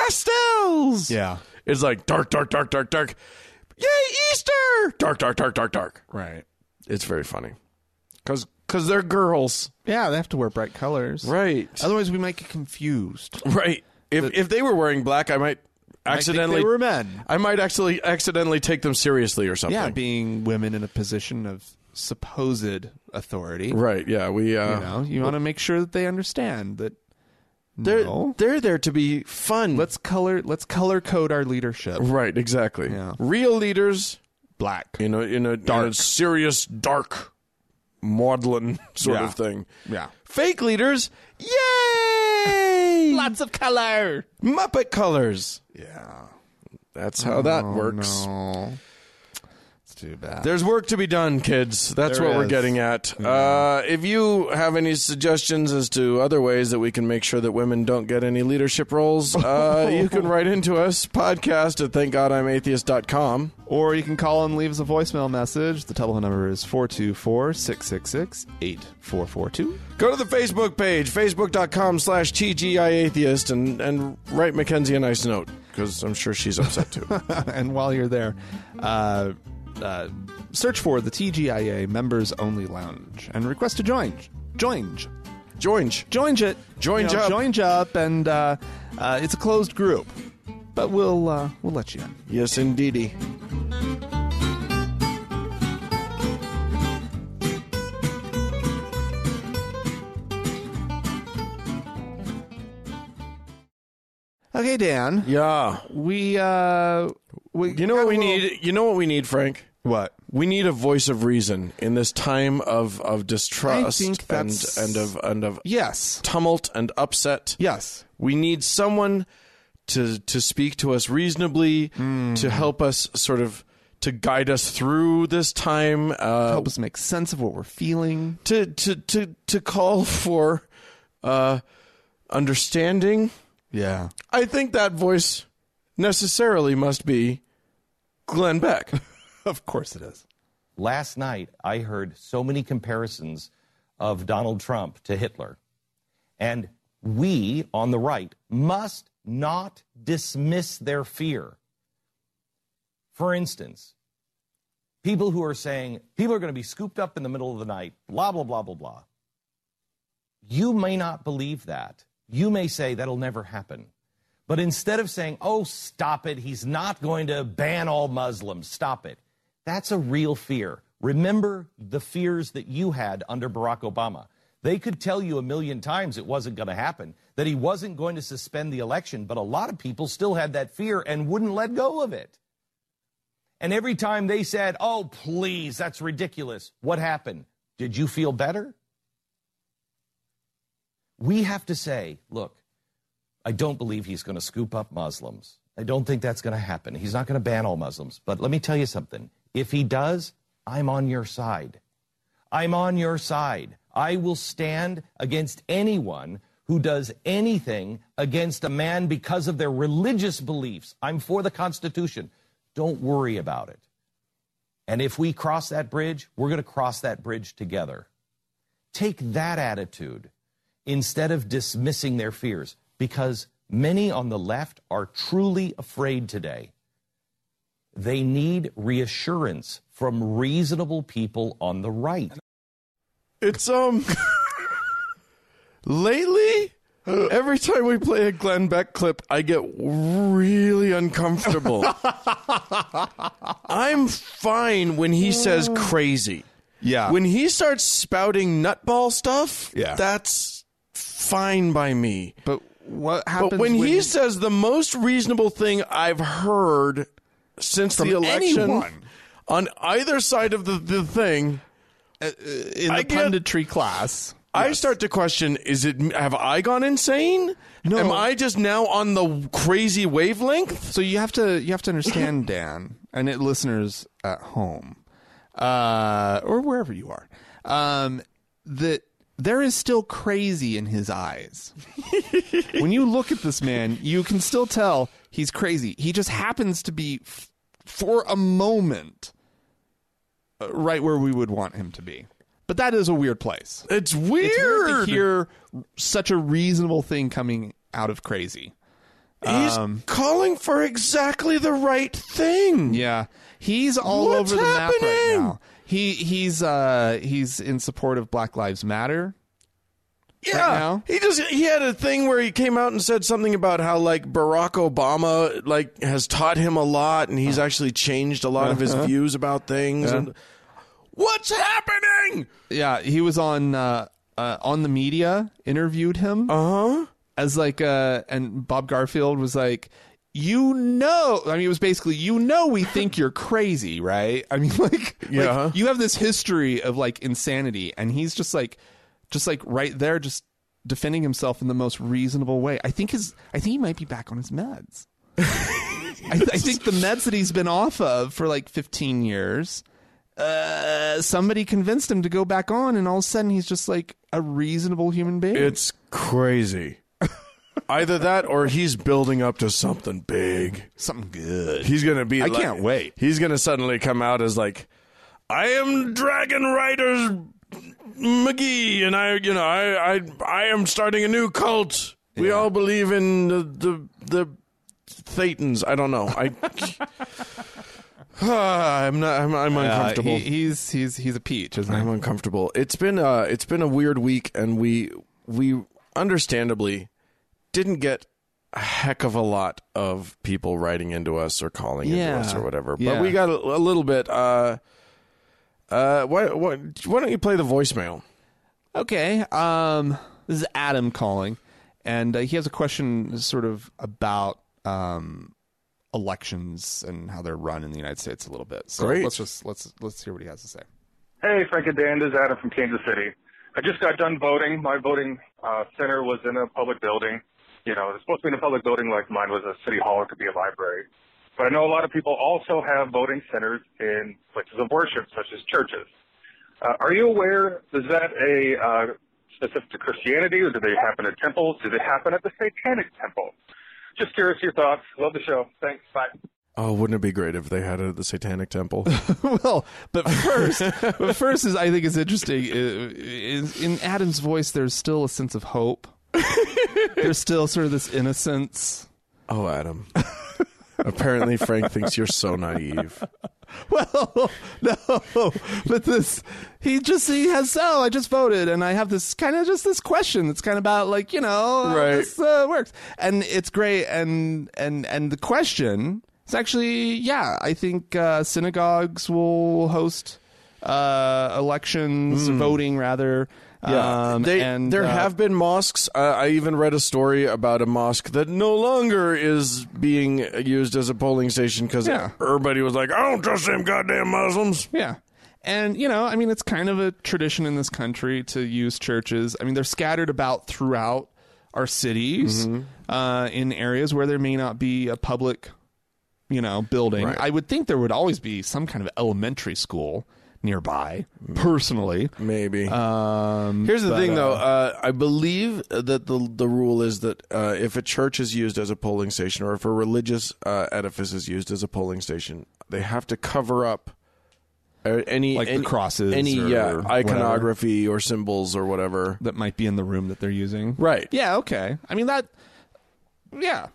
[SPEAKER 1] pastels.
[SPEAKER 2] Yeah.
[SPEAKER 1] it's like dark, dark, dark, dark, dark. Yay, Easter! Dark, dark, dark, dark, dark.
[SPEAKER 2] Right.
[SPEAKER 1] It's very funny, cause cause they're girls,
[SPEAKER 2] Yeah, they have to wear bright colors.
[SPEAKER 1] right?
[SPEAKER 2] Otherwise, we might get confused.
[SPEAKER 1] Right. If if they were wearing black, I might accidentally
[SPEAKER 2] they were men.
[SPEAKER 1] I might actually accidentally take them seriously or something.
[SPEAKER 2] Yeah, being women in a position of supposed authority.
[SPEAKER 1] right. Yeah, we uh,
[SPEAKER 2] You know, you want to make sure that they understand that.
[SPEAKER 1] they're
[SPEAKER 2] no.
[SPEAKER 1] they're there to be fun.
[SPEAKER 2] Let's color. Let's color code our leadership.
[SPEAKER 1] right. Exactly.
[SPEAKER 2] Yeah.
[SPEAKER 1] Real leaders,
[SPEAKER 2] Black.
[SPEAKER 1] you know, in a, dark. serious, dark, maudlin sort
[SPEAKER 2] Yeah.
[SPEAKER 1] of thing.
[SPEAKER 2] Yeah.
[SPEAKER 1] Fake leaders, yay!
[SPEAKER 2] Lots of color.
[SPEAKER 1] Muppet colors.
[SPEAKER 2] Yeah.
[SPEAKER 1] That's how that works.
[SPEAKER 2] Oh, No. It's too bad.
[SPEAKER 1] There's work to be done, kids. That's
[SPEAKER 2] There
[SPEAKER 1] what we're
[SPEAKER 2] is.
[SPEAKER 1] getting at. Uh, if you have any suggestions as to other ways that we can make sure that women don't get any leadership roles, uh, you can write into us, podcast at thankgodimatheist.com.
[SPEAKER 2] Or you can call and leave us a voicemail message. The telephone number is 424 666 8442.
[SPEAKER 1] Go to the Facebook page, facebook.com slash TGIAtheist, and, and write Mackenzie a nice note, because I'm sure she's upset too.
[SPEAKER 2] And while you're there, uh, uh, search for the TGIA Members Only Lounge and request to join. Join.
[SPEAKER 1] Join.
[SPEAKER 2] Join it.
[SPEAKER 1] Join
[SPEAKER 2] You know,
[SPEAKER 1] up.
[SPEAKER 2] Join up. And uh, uh, it's a closed group, but we'll, uh, we'll let you in.
[SPEAKER 1] Yes, indeedy.
[SPEAKER 2] Okay, Dan.
[SPEAKER 1] Yeah.
[SPEAKER 2] We, uh, we.
[SPEAKER 1] You know what
[SPEAKER 2] got a
[SPEAKER 1] we
[SPEAKER 2] little-
[SPEAKER 1] need? You know what we need, Frank?
[SPEAKER 2] What?
[SPEAKER 1] We need a voice of reason in this time of, of distrust
[SPEAKER 2] I think that's-
[SPEAKER 1] and and of and of
[SPEAKER 2] Yes.
[SPEAKER 1] tumult and upset.
[SPEAKER 2] Yes.
[SPEAKER 1] We need someone to to speak to us reasonably,
[SPEAKER 2] Hmm.
[SPEAKER 1] to help us sort of to guide us through this time, uh,
[SPEAKER 2] Help us make sense of what we're feeling.
[SPEAKER 1] to to to to call for uh, understanding.
[SPEAKER 2] Yeah.
[SPEAKER 1] I think that voice necessarily must be Glenn Beck.
[SPEAKER 2] Of course it is.
[SPEAKER 3] Last night, I heard so many comparisons of Donald Trump to Hitler. And we on the right must not dismiss their fear. For instance, people who are saying people are going to be scooped up in the middle of the night, blah, blah, blah, blah, blah. You may not believe that. You may say that'll never happen. But instead of saying, oh, stop it, he's not going to ban all Muslims, stop it, that's a real fear. Remember the fears that you had under Barack Obama. They could tell you a million times it wasn't going to happen, that he wasn't going to suspend the election, but a lot of people still had that fear and wouldn't let go of it. And every time they said, oh, please, that's ridiculous, what happened? Did you feel better? We have to say, look, I don't believe he's going to scoop up Muslims. I don't think that's going to happen. He's not going to ban all Muslims. But let me tell you something. If he does, I'm on your side. I'm on your side. I will stand against anyone who does anything against a man because of their religious beliefs. I'm for the Constitution. Don't worry about it. And if we cross that bridge, we're going to cross that bridge together. Take that attitude instead of dismissing their fears because many on the left are truly afraid today. They need reassurance from reasonable people on the right.
[SPEAKER 1] It's um lately every time we play a Glenn Beck clip, I get really uncomfortable. I'm fine when he says crazy.
[SPEAKER 2] Yeah.
[SPEAKER 1] When he starts spouting nutball stuff,
[SPEAKER 2] Yeah.
[SPEAKER 1] that's fine by me.
[SPEAKER 2] But what happens
[SPEAKER 1] But when he
[SPEAKER 2] you-
[SPEAKER 1] says the most reasonable thing I've heard since the election
[SPEAKER 2] anyone.
[SPEAKER 1] on either side of the, the thing,
[SPEAKER 2] in the
[SPEAKER 1] I get-
[SPEAKER 2] punditry class?
[SPEAKER 1] I start to question: Is it have I gone insane?
[SPEAKER 2] No.
[SPEAKER 1] Am I just now on the crazy wavelength?
[SPEAKER 2] So you have to you have to understand, Dan, and it, listeners at home, uh, or wherever you are, um, that there is still crazy in his eyes. when you look at this man, you can still tell he's crazy. He just happens to be, f- for a moment, uh, right where we would want him to be. But that is a weird place.
[SPEAKER 1] It's weird.
[SPEAKER 2] It's weird to hear such a reasonable thing coming out of crazy.
[SPEAKER 1] He's
[SPEAKER 2] um,
[SPEAKER 1] calling for exactly the right thing.
[SPEAKER 2] Yeah, he's all
[SPEAKER 1] What's
[SPEAKER 2] over the map right
[SPEAKER 1] happening?
[SPEAKER 2] now. He he's uh he's in support of Black Lives Matter.
[SPEAKER 1] Yeah,
[SPEAKER 2] now?
[SPEAKER 1] he just he had a thing where he came out and said something about how like Barack Obama like has taught him a lot and he's actually changed a lot of
[SPEAKER 2] Uh-huh.
[SPEAKER 1] his views about things and what's happening?
[SPEAKER 2] Yeah, he was on uh, uh on the media interviewed him. Uh-huh. As like uh and Bob Garfield was like you know, I mean, it was basically you know we think you're crazy, right? I mean, like,
[SPEAKER 1] Yeah.
[SPEAKER 2] like, you have this history of like insanity, and he's just like, just like right there, just defending himself in the most reasonable way. I think his, I think he might be back on his meds. I, I think the meds that he's been off of for like 15 years, uh, somebody convinced him to go back on, and all of a sudden he's just like a reasonable human being.
[SPEAKER 1] It's crazy. Either that or he's building up to something big.
[SPEAKER 2] something good.
[SPEAKER 1] He's gonna be. I
[SPEAKER 2] can't wait.
[SPEAKER 1] He's gonna suddenly come out as like, I am Dragon Riders McGee, and I, you know, I, I, I am starting a new cult. We all believe in the the, the Thetans. I don't know. I. Ah, I'm not. I'm, I'm
[SPEAKER 2] Uh,
[SPEAKER 1] uncomfortable.
[SPEAKER 2] he, he's he's he's a peach, isn't he?
[SPEAKER 1] I'm uncomfortable. It's been uh it's been a weird week and we we understandably didn't get a heck of a lot of people writing into us or calling
[SPEAKER 2] Yeah.
[SPEAKER 1] into us or whatever. But
[SPEAKER 2] Yeah.
[SPEAKER 1] we got a, a little bit uh uh why, why why don't you play the voicemail?
[SPEAKER 2] Okay. Um, this is Adam calling, and uh, he has a question sort of about um, elections and how they're run in the United States a little bit. So
[SPEAKER 1] Great.
[SPEAKER 2] let's just let's let's hear what he has to say.
[SPEAKER 5] Hey, Frank and Dan, this is Adam from Kansas City. I just got done voting. My voting uh, center was in a public building. You know, it's supposed to be in a public building like mine was a city hall. It could be a library. But I know a lot of people also have voting centers in places of worship, such as churches. Uh, are you aware, is that a uh, specific to Christianity, or do they happen at temples? Do they happen at the Satanic Temple? Just curious your thoughts. Love the show. Thanks. Bye.
[SPEAKER 1] Oh, wouldn't it be great if they had it at the Satanic Temple?
[SPEAKER 2] well, but first, but first is I think is interesting. uh, Is in Adam's voice, there's still a sense of hope. there's still sort of this innocence.
[SPEAKER 1] oh, Adam. Apparently Frank thinks you're so naive.
[SPEAKER 2] well, no, but this he just he has oh I just voted and I have this kind of just this question that's kind of about like you know how
[SPEAKER 1] Right.
[SPEAKER 2] this uh, works and it's great and and and the question is actually yeah I think uh, synagogues will host uh, elections voting rather
[SPEAKER 1] Hmm. Yeah,
[SPEAKER 2] um,
[SPEAKER 1] they,
[SPEAKER 2] and
[SPEAKER 1] there
[SPEAKER 2] uh,
[SPEAKER 1] have been mosques. Uh, I even read a story about a mosque that no longer is being used as a polling station because
[SPEAKER 2] Yeah.
[SPEAKER 1] everybody was like, "I don't trust them goddamn Muslims."
[SPEAKER 2] Yeah. And, you know, I mean, it's kind of a tradition in this country to use churches. I mean, they're scattered about throughout our cities
[SPEAKER 1] Mm-hmm.
[SPEAKER 2] uh, in areas where there may not be a public, you know, building. I would think there would always be some kind of elementary school nearby, personally.
[SPEAKER 1] Maybe.
[SPEAKER 2] Um,
[SPEAKER 1] Here's the
[SPEAKER 2] but,
[SPEAKER 1] thing,
[SPEAKER 2] uh,
[SPEAKER 1] though. Uh, I believe that the the rule is that uh, if a church is used as a polling station, or if a religious uh, edifice is used as a polling station, they have to cover up uh, any
[SPEAKER 2] Like the
[SPEAKER 1] any-
[SPEAKER 2] crosses
[SPEAKER 1] any
[SPEAKER 2] or
[SPEAKER 1] yeah,
[SPEAKER 2] whatever.
[SPEAKER 1] iconography or symbols or whatever.
[SPEAKER 2] That might be in the room that they're using.
[SPEAKER 1] Right.
[SPEAKER 2] Yeah, okay. I mean, that, yeah.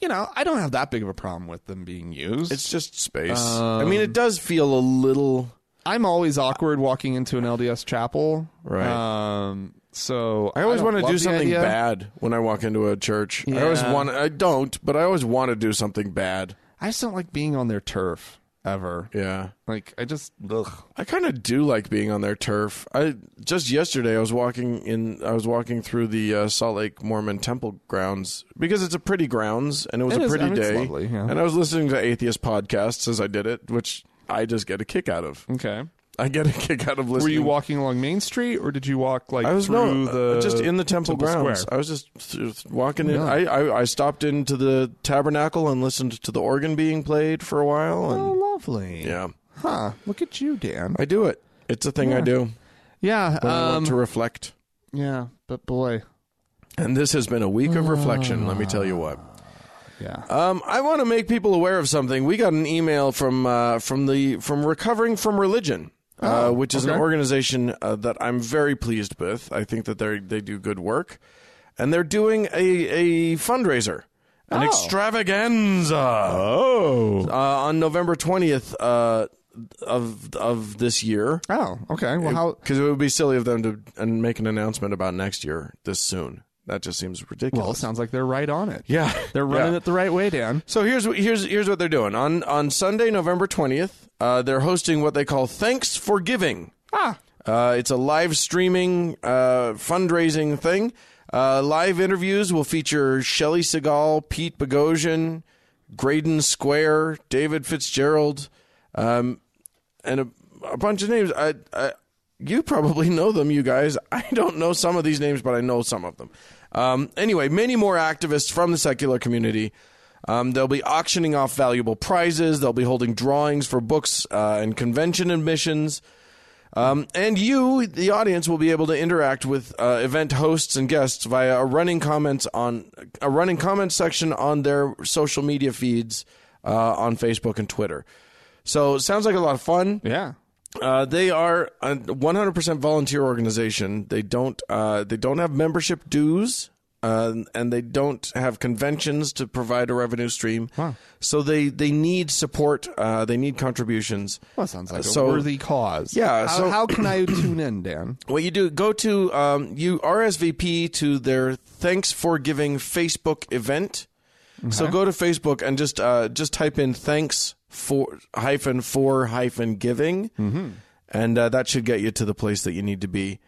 [SPEAKER 2] You know, I don't have that big of a problem with them being used.
[SPEAKER 1] It's just space.
[SPEAKER 2] Um,
[SPEAKER 1] I mean, it does feel a little.
[SPEAKER 2] I'm always awkward walking into an LDS chapel.
[SPEAKER 1] Right.
[SPEAKER 2] Um, so
[SPEAKER 1] I always
[SPEAKER 2] don't
[SPEAKER 1] want to
[SPEAKER 2] love
[SPEAKER 1] do
[SPEAKER 2] the
[SPEAKER 1] something
[SPEAKER 2] idea.
[SPEAKER 1] bad when I walk into a church. I always
[SPEAKER 2] Yeah.
[SPEAKER 1] want. I don't, but I always want to do something bad.
[SPEAKER 2] I just don't like being on their turf. ever.
[SPEAKER 1] Yeah.
[SPEAKER 2] Like I just ugh.
[SPEAKER 1] I kind of do like being on their turf. I just yesterday I was walking in. I was walking through the uh, Salt Lake Mormon Temple grounds because it's a pretty grounds, and it was
[SPEAKER 2] It
[SPEAKER 1] a
[SPEAKER 2] is- I
[SPEAKER 1] pretty
[SPEAKER 2] mean, it's
[SPEAKER 1] day.
[SPEAKER 2] lovely, yeah.
[SPEAKER 1] And I was listening to atheist podcasts as I did it, which I just get a kick out of.
[SPEAKER 2] Okay.
[SPEAKER 1] I get a kick out of listening.
[SPEAKER 2] Were you walking along Main Street, or did you walk like
[SPEAKER 1] I was
[SPEAKER 2] through
[SPEAKER 1] no,
[SPEAKER 2] the
[SPEAKER 1] uh, just in the temple, grounds.
[SPEAKER 2] Square?
[SPEAKER 1] I was just th- walking in. I, I I stopped into the tabernacle and listened to the organ being played for a while, and
[SPEAKER 2] Oh, lovely.
[SPEAKER 1] yeah,
[SPEAKER 2] Huh. Look at you, Dan.
[SPEAKER 1] I Oh. do it. It's a thing I do.
[SPEAKER 2] Yeah.
[SPEAKER 1] When I
[SPEAKER 2] Um,
[SPEAKER 1] want to reflect.
[SPEAKER 2] yeah. But boy.
[SPEAKER 1] And this has been a week of reflection, let me tell you what.
[SPEAKER 2] Yeah.
[SPEAKER 1] Um, I want to make people aware of something. We got an email from uh, from the from Recovering from Religion,
[SPEAKER 2] Oh,
[SPEAKER 1] uh, which is an organization uh, that I'm very pleased with. I think that they they do good work, and they're doing a a fundraiser, an extravaganza.
[SPEAKER 2] oh.
[SPEAKER 1] Uh, on November twentieth uh, of of this year,
[SPEAKER 2] Oh. Okay. Well, how?
[SPEAKER 1] because it would be silly of them to and make an announcement about next year this soon. That just seems ridiculous.
[SPEAKER 2] Well, it sounds like they're right on it.
[SPEAKER 1] Yeah,
[SPEAKER 2] They're running
[SPEAKER 1] Yeah.
[SPEAKER 2] it the right way, Dan.
[SPEAKER 1] So here's what here's here's what they're doing on on Sunday, November twentieth. Uh, they're hosting what they call Thanks for Giving.
[SPEAKER 2] Ah.
[SPEAKER 1] Uh, it's a live streaming uh, fundraising thing. Uh, live interviews will feature Shelly Segal, Pete Boghossian, Graydon Square, David Fitzgerald, um, and a, a bunch of names. I, I, you probably know them, you guys. I don't know some of these names, but I know some of them. Um, anyway, many more activists from the secular community. Um, they'll be auctioning off valuable prizes. They'll be holding drawings for books uh, and convention admissions. Um, and you, the audience, will be able to interact with uh, event hosts and guests via a running comments on a running comments section on their social media feeds uh, on Facebook and Twitter. So sounds like a lot of fun.
[SPEAKER 2] Yeah.
[SPEAKER 1] Uh, they are a 100% volunteer organization. They don't uh, they don't have membership dues. Uh, and they don't have conventions to provide a revenue stream, so they they need support. Uh, they need contributions.
[SPEAKER 2] Well, that sounds like a
[SPEAKER 1] So-
[SPEAKER 2] worthy cause.
[SPEAKER 1] Yeah,
[SPEAKER 2] How,
[SPEAKER 1] so-
[SPEAKER 2] how can I tune in, Dan?
[SPEAKER 1] What you do, go to um, you RSVP to their Thanks for Giving Facebook event. So go to Facebook and just uh, just type in Thanks for hyphen for hyphen giving, and uh, that should get you to the place that you need to be.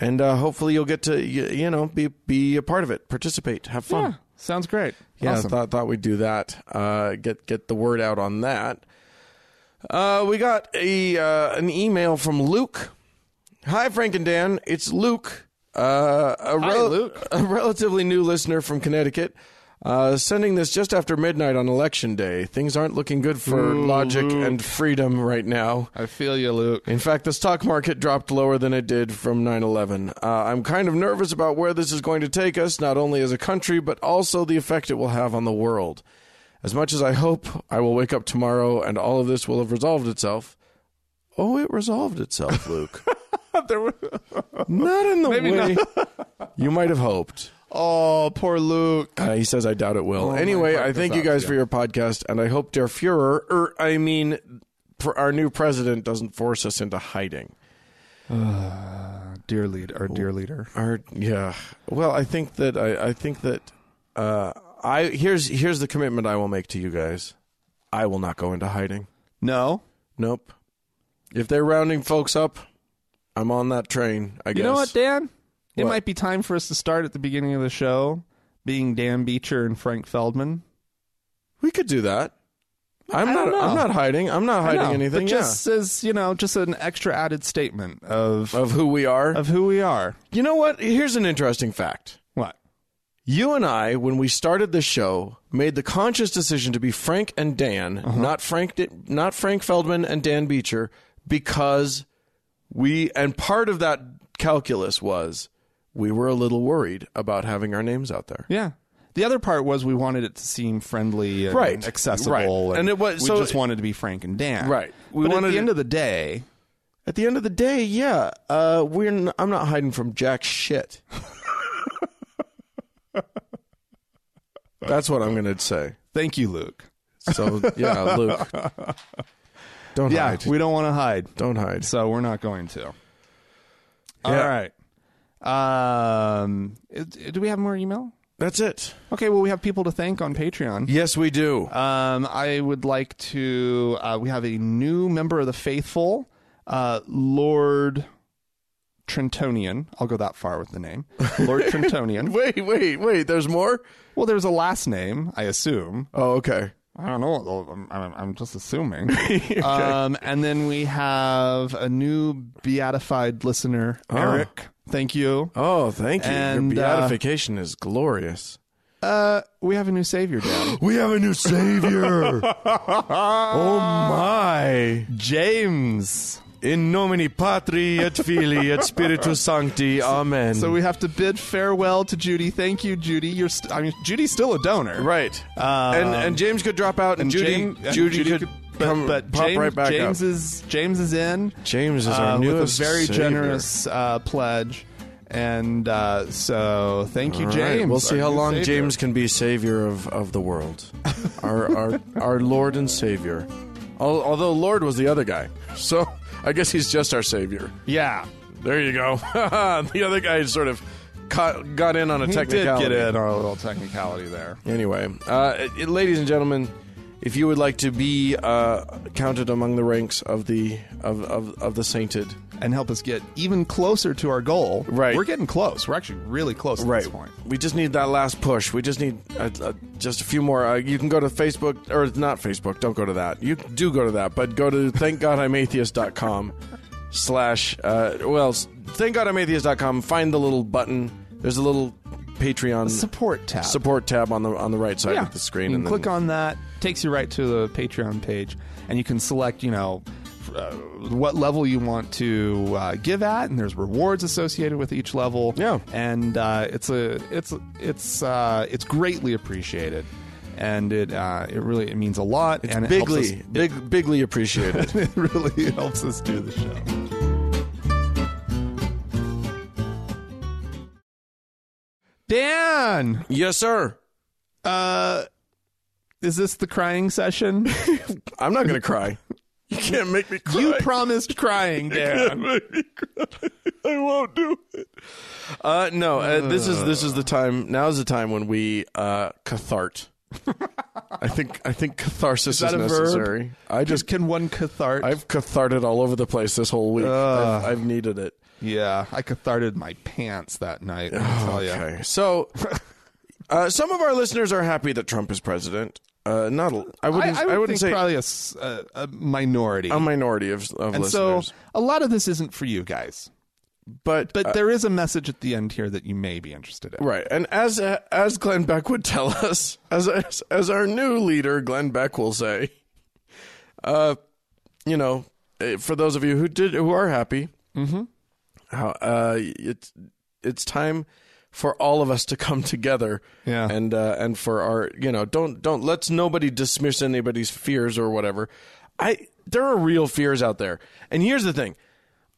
[SPEAKER 1] And uh, hopefully you'll get to you, you know be be a part of it, participate, have fun.
[SPEAKER 2] Sounds great.
[SPEAKER 1] Yeah,
[SPEAKER 2] Awesome.
[SPEAKER 1] thought thought we'd do that. Uh, get get the word out on that. Uh, we got a uh, an email from Luke. Hi, Frank and Dan. It's Luke. Uh, a rel-
[SPEAKER 2] Luke.
[SPEAKER 1] a relatively new listener from Connecticut. Uh, sending this just after midnight on election day. Things aren't looking good for logic and freedom right now.
[SPEAKER 2] I feel you, Luke.
[SPEAKER 1] In fact, the stock market dropped lower than it did from 9 11. Uh, I'm kind of nervous about where this is going to take us, not only as a country, but also the effect it will have on the world. As much as I hope I will wake up tomorrow and all of this will have resolved itself. Oh, it resolved itself, Luke. not in the way you might have hoped.
[SPEAKER 2] Oh, poor Luke.
[SPEAKER 1] Uh, he says, I doubt it will. anyway, I thank you guys for your podcast, and I hope Der Fuhrer, er, I mean, pr- our new president, doesn't force us into hiding.
[SPEAKER 2] Dear leader, our dear leader.
[SPEAKER 1] Our yeah. Well, I think that I, I think that uh, I here's here's the commitment I will make to you guys. I will not go into hiding.
[SPEAKER 2] No.
[SPEAKER 1] Nope. If they're rounding folks up, I'm on that train. I guess.
[SPEAKER 2] You know what, Dan? It
[SPEAKER 1] What?
[SPEAKER 2] might be time for us to start at the beginning of the show, being Dan Beecher and Frank Feldman.
[SPEAKER 1] We could do that. I'm
[SPEAKER 2] I
[SPEAKER 1] not.
[SPEAKER 2] don't know.
[SPEAKER 1] I'm not hiding. I'm not
[SPEAKER 2] I
[SPEAKER 1] hiding
[SPEAKER 2] know,
[SPEAKER 1] anything.
[SPEAKER 2] But
[SPEAKER 1] yeah. Oh.
[SPEAKER 2] just as you know, just an extra added statement of
[SPEAKER 1] Of who we are.
[SPEAKER 2] of who we are.
[SPEAKER 1] you know what? Here's an interesting fact.
[SPEAKER 2] What?
[SPEAKER 1] You and I, when we started the show, made the conscious decision to be Frank and Dan, not Frank, not Frank Feldman and Dan Beecher, because we and part of that calculus was we were a little worried about having our names out there.
[SPEAKER 2] Yeah. The other part was we wanted it to seem friendly and
[SPEAKER 1] Right.
[SPEAKER 2] accessible,
[SPEAKER 1] Right.
[SPEAKER 2] And,
[SPEAKER 1] And it was-
[SPEAKER 2] we
[SPEAKER 1] so-
[SPEAKER 2] just wanted to be Frank and Dan,
[SPEAKER 1] Right. We
[SPEAKER 2] but
[SPEAKER 1] wanted
[SPEAKER 2] at the end
[SPEAKER 1] to-
[SPEAKER 2] of the day,
[SPEAKER 1] At the end of the day, yeah, uh, we're n- I'm not hiding from jack shit. That's what I'm going to say.
[SPEAKER 2] thank you, Luke.
[SPEAKER 1] So yeah, Luke, don't
[SPEAKER 2] Yeah,
[SPEAKER 1] hide.
[SPEAKER 2] we don't want to hide,
[SPEAKER 1] don't hide.
[SPEAKER 2] so we're not going to.
[SPEAKER 1] Yeah.
[SPEAKER 2] All right. Um, it- do we have more email?
[SPEAKER 1] That's it. Uh,
[SPEAKER 2] Okay, well, we have people to thank on Patreon.
[SPEAKER 1] Yes, we do.
[SPEAKER 2] Um, I would like to. Uh, we have a new member of the faithful, uh, Lord Trentonian. I'll go that far with the name, Lord Trentonian.
[SPEAKER 1] wait, wait, wait. There's more.
[SPEAKER 2] Well, there's a last name, I assume.
[SPEAKER 1] Oh, okay.
[SPEAKER 2] I don't know. though. I'm, I'm, I'm just assuming. um, and then we have a new beatified listener, Eric. Thank you.
[SPEAKER 1] Oh, thank you.
[SPEAKER 2] And, uh,
[SPEAKER 1] Your beatification is glorious.
[SPEAKER 2] Uh, we have a new savior, Dan.
[SPEAKER 1] We have a new savior. oh my!
[SPEAKER 2] James.
[SPEAKER 1] In nomine Patri et Filii et Spiritus Sancti. Amen.
[SPEAKER 2] So we have to bid farewell to Judy. Thank you, Judy. You're st- I mean, Judy's still a donor,
[SPEAKER 1] right. and and James could drop out, Um, and, Judy
[SPEAKER 2] Jam- and
[SPEAKER 1] Judy, could,
[SPEAKER 2] but,
[SPEAKER 1] come,
[SPEAKER 2] but
[SPEAKER 1] pop
[SPEAKER 2] James,
[SPEAKER 1] right back
[SPEAKER 2] James
[SPEAKER 1] up.
[SPEAKER 2] is James is in.
[SPEAKER 1] James is our
[SPEAKER 2] uh, with a
[SPEAKER 1] newest
[SPEAKER 2] very
[SPEAKER 1] savior.
[SPEAKER 2] generous uh, pledge, and uh, so thank you,
[SPEAKER 1] All right,
[SPEAKER 2] James.
[SPEAKER 1] We'll see
[SPEAKER 2] our
[SPEAKER 1] how
[SPEAKER 2] new
[SPEAKER 1] long
[SPEAKER 2] savior.
[SPEAKER 1] James can be savior of, of the world, our, our our Lord and Savior. Al- Although Lord was the other guy, so I guess he's just our savior.
[SPEAKER 2] Yeah,
[SPEAKER 1] There you go. the other guy sort of caught, got in on a
[SPEAKER 2] he did
[SPEAKER 1] technicality.
[SPEAKER 2] get in on a little technicality there.
[SPEAKER 1] Anyway, uh, it- it- ladies and gentlemen, if you would like to be uh, counted among the ranks of the of, of, of the sainted,
[SPEAKER 2] And help us get even closer to our goal.
[SPEAKER 1] Right.
[SPEAKER 2] we're getting close. We're actually really close at this point.
[SPEAKER 1] We just need that last push. We just need uh, uh, just a few more. Uh, you can go to Facebook, or not Facebook, don't go to that. You do go to that, but go to thankgodimatheist.com slash, uh, well, s- thankgodimatheist.com. Find the little button. There's a little Patreon
[SPEAKER 2] Support tab.
[SPEAKER 1] support tab on the on the right side
[SPEAKER 2] yeah.
[SPEAKER 1] of the screen.
[SPEAKER 2] You can
[SPEAKER 1] and
[SPEAKER 2] click
[SPEAKER 1] then,
[SPEAKER 2] on that. Takes you right to the Patreon page, and you can select, you know, f- uh, what level you want to uh, give at, and there's rewards associated with each level.
[SPEAKER 1] Yeah.
[SPEAKER 2] and uh, it's a it's it's uh, it's greatly appreciated, and it uh, it really it means a lot. and it helps
[SPEAKER 1] Bigly,
[SPEAKER 2] us-
[SPEAKER 1] big, bigly appreciated.
[SPEAKER 2] it really helps us do the show. Dan,
[SPEAKER 1] yes, sir.
[SPEAKER 2] uh, is this the crying session?
[SPEAKER 1] I'm not going to cry. You can't make me cry.
[SPEAKER 2] You promised crying, Dan.
[SPEAKER 1] I won't do it. Uh, no, uh, this is this is the time. Now is the time when we uh, cathart. I think I think catharsis is,
[SPEAKER 2] that a verb?
[SPEAKER 1] necessary. I just
[SPEAKER 2] Just can one cathart.
[SPEAKER 1] I've catharted all over the place this whole week. I've, I've needed it.
[SPEAKER 2] yeah, I catharted my pants that night. I tell ya.
[SPEAKER 1] Oh, Okay, so uh, some of our listeners are happy that Trump is president. Uh, not a- I
[SPEAKER 2] I,
[SPEAKER 1] wouldn't
[SPEAKER 2] I would
[SPEAKER 1] I wouldn't
[SPEAKER 2] think
[SPEAKER 1] say Um,
[SPEAKER 2] probably a, s- a- a minority.
[SPEAKER 1] a minority of, of
[SPEAKER 2] and so
[SPEAKER 1] listeners,
[SPEAKER 2] a lot of this isn't for you guys,
[SPEAKER 1] but
[SPEAKER 2] but there is a message at the end here that you may be interested in.
[SPEAKER 1] Uh, Right, and as as Glenn Beck would tell us, as as, as our new leader Glenn Beck will say, uh, you know, eh, for those of you who did who are happy, mm-hmm. how uh, it's it's time for all of us to come together,
[SPEAKER 2] Yeah.
[SPEAKER 1] and uh, and for our you know don't don't let's nobody dismiss anybody's fears or whatever. I there are real fears out there, and here's the thing.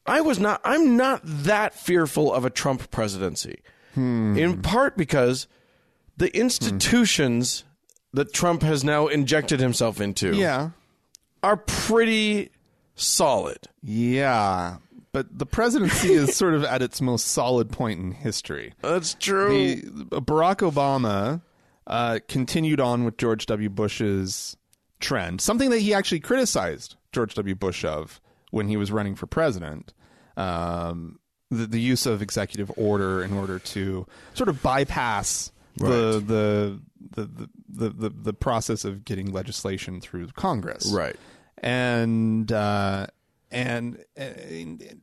[SPEAKER 1] I was not. I'm not that fearful of a Trump presidency, in part because the institutions that Trump has now injected himself into
[SPEAKER 2] Yeah,
[SPEAKER 1] are pretty solid.
[SPEAKER 2] yeah. But the presidency is sort of at its most solid point in history.
[SPEAKER 1] That's true.
[SPEAKER 2] the- Barack Obama uh, continued on with George W. Bush's trend, something that he actually criticized George W. Bush of when he was running for president. Um, the, the use of executive order in order to sort of bypass the, the, the, the, the, the, the process of getting legislation through Congress
[SPEAKER 1] Right.
[SPEAKER 2] and uh, and, and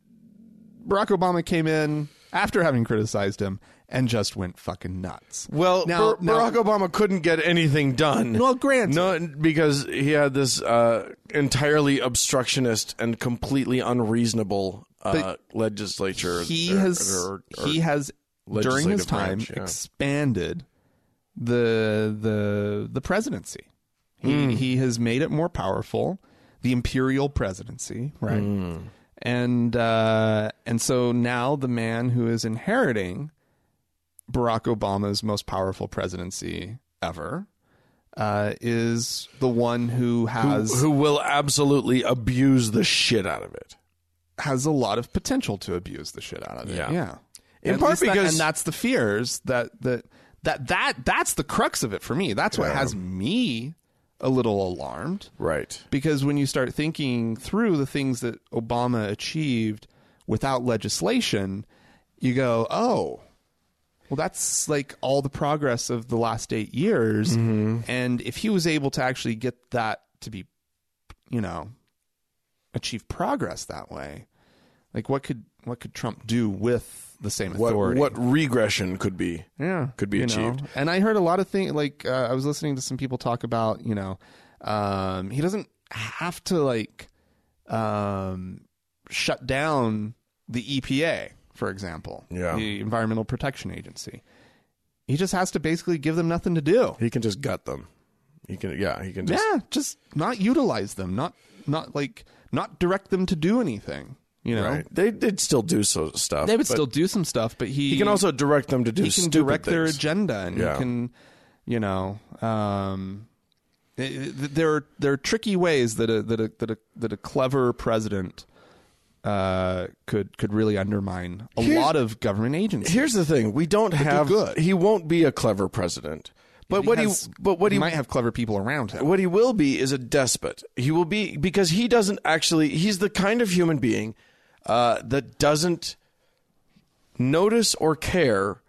[SPEAKER 2] Barack Obama came in after having criticized him and just went fucking nuts.
[SPEAKER 1] Well,
[SPEAKER 2] Now-
[SPEAKER 1] Bar-
[SPEAKER 2] now-
[SPEAKER 1] Barack Obama couldn't get anything done.
[SPEAKER 2] Well, granted.
[SPEAKER 1] no, because he had this uh, entirely obstructionist and completely unreasonable uh, legislature.
[SPEAKER 2] he
[SPEAKER 1] or-
[SPEAKER 2] has
[SPEAKER 1] or- or-
[SPEAKER 2] he has during his
[SPEAKER 1] legislative
[SPEAKER 2] time
[SPEAKER 1] branch, yeah.
[SPEAKER 2] expanded the the the presidency. He
[SPEAKER 1] Hmm.
[SPEAKER 2] he has made it more powerful, the imperial presidency, right?
[SPEAKER 1] Hmm.
[SPEAKER 2] And uh, and so now the man who is inheriting Barack Obama's most powerful presidency ever uh, is the one who has
[SPEAKER 1] who will absolutely abuse the shit out of it.
[SPEAKER 2] has a lot of potential to abuse the shit out of it.
[SPEAKER 1] Yeah.
[SPEAKER 2] Yeah.
[SPEAKER 1] In
[SPEAKER 2] At
[SPEAKER 1] part
[SPEAKER 2] least that-
[SPEAKER 1] because-
[SPEAKER 2] and that's the fears that that that that that's the crux of it for me. That's what has me a little alarmed
[SPEAKER 1] Right.
[SPEAKER 2] because when you start thinking through the things that Obama achieved without legislation, you go, oh, well, that's like all the progress of the last eight years. And if he was able to actually get that to be, you know, achieve progress that way, like what could what could Trump do with the same
[SPEAKER 1] What
[SPEAKER 2] authority?
[SPEAKER 1] what regression could be?
[SPEAKER 2] yeah
[SPEAKER 1] could be
[SPEAKER 2] you know.
[SPEAKER 1] achieved.
[SPEAKER 2] and i heard a lot of things like uh, i was listening to some people talk about you know um he doesn't have to like um shut down the epa for example
[SPEAKER 1] Yeah.
[SPEAKER 2] the environmental protection agency he just has to basically give them nothing to do
[SPEAKER 1] He can just gut them. He can yeah. He can just
[SPEAKER 2] yeah just not utilize them not not like not direct them to do anything you know
[SPEAKER 1] right. They did still do so stuff.
[SPEAKER 2] they would
[SPEAKER 1] but
[SPEAKER 2] still do some stuff but he
[SPEAKER 1] He can also direct them to do
[SPEAKER 2] he can
[SPEAKER 1] stupid
[SPEAKER 2] direct their
[SPEAKER 1] things.
[SPEAKER 2] agenda and
[SPEAKER 1] Yeah.
[SPEAKER 2] he can you know um th- th- there are there are tricky ways that a that a that a, that a clever president uh could could really undermine a
[SPEAKER 1] Here's-
[SPEAKER 2] lot of government agencies
[SPEAKER 1] Here's the thing: we don't have.
[SPEAKER 2] good.
[SPEAKER 1] He won't be a clever president. But what he
[SPEAKER 2] Because
[SPEAKER 1] but what he
[SPEAKER 2] might have clever people around him
[SPEAKER 1] what he will be is a despot. He will be because he doesn't actually. He's the kind of human being uh, that doesn't notice or care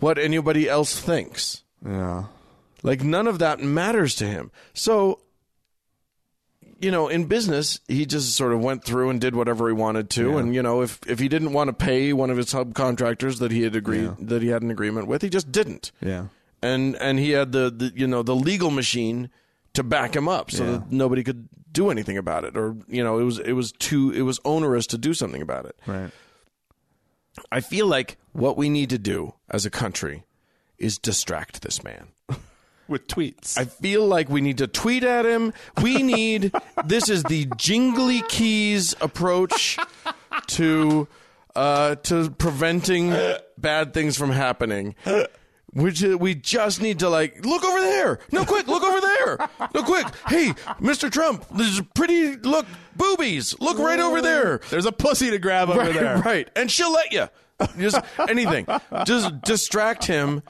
[SPEAKER 1] what anybody else thinks.
[SPEAKER 2] yeah
[SPEAKER 1] Like none of that matters to him. So, you know, in business, he just sort of went through and did whatever he wanted to. And you know, if if he didn't want to pay one of his subcontractors that he had agreed that he had an agreement with, he just didn't
[SPEAKER 2] yeah
[SPEAKER 1] and and he had the, the you know the legal machine to back him up so that nobody could do anything about it or you know it was it was too it was onerous to do something about it
[SPEAKER 2] right
[SPEAKER 1] i feel like what we need to do as a country is distract this man
[SPEAKER 2] with tweets
[SPEAKER 1] i feel like we need to tweet at him we need this is the jingly keys approach to uh to preventing bad things from happening Which is, we just need to like look over there. No, quick, look over there. No, quick. Hey, Mr. Trump, there's a pretty look boobies. Look right over there.
[SPEAKER 2] there's a pussy to grab over
[SPEAKER 1] right,
[SPEAKER 2] there
[SPEAKER 1] right. And she'll let you. Just anything. Just distract him.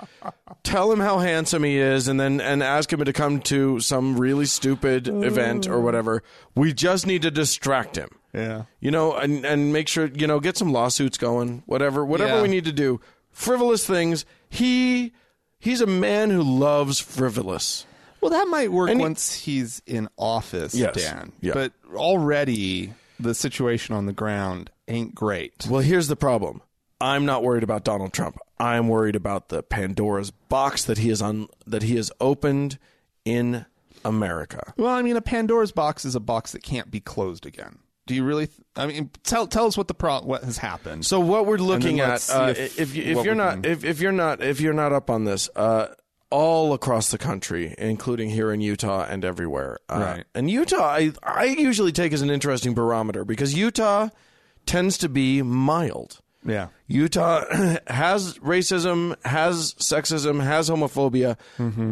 [SPEAKER 1] Tell him how handsome he is, and then and ask him to come to some really stupid event or whatever. We just need to distract him.
[SPEAKER 2] yeah
[SPEAKER 1] You know, and and make sure you know get some lawsuits going. Whatever, whatever
[SPEAKER 2] Yeah.
[SPEAKER 1] we need to do. Frivolous things. He he's a man who loves frivolous.
[SPEAKER 2] Well, that might work
[SPEAKER 1] And he-
[SPEAKER 2] once he's in office,
[SPEAKER 1] Yes.
[SPEAKER 2] Dan.
[SPEAKER 1] Yeah.
[SPEAKER 2] But already the situation on the ground ain't great.
[SPEAKER 1] Well, here's the problem. I'm not worried about Donald Trump. I'm worried about the Pandora's box that he is on that he has opened in America.
[SPEAKER 2] Well, I mean, a Pandora's box is a box that can't be closed again. Do you really? Th- I mean, tell tell us what the pro- what has happened.
[SPEAKER 1] So what we're looking
[SPEAKER 2] let's see
[SPEAKER 1] at, uh,
[SPEAKER 2] if-
[SPEAKER 1] if if, you-
[SPEAKER 2] what
[SPEAKER 1] if you're
[SPEAKER 2] we
[SPEAKER 1] not if, if you're not if you're not up on this, uh, all across the country, including here in Utah and everywhere. Uh,
[SPEAKER 2] Right.
[SPEAKER 1] And Utah, I I usually take as an interesting barometer because Utah tends to be mild.
[SPEAKER 2] yeah,
[SPEAKER 1] Utah has racism, has sexism, has homophobia,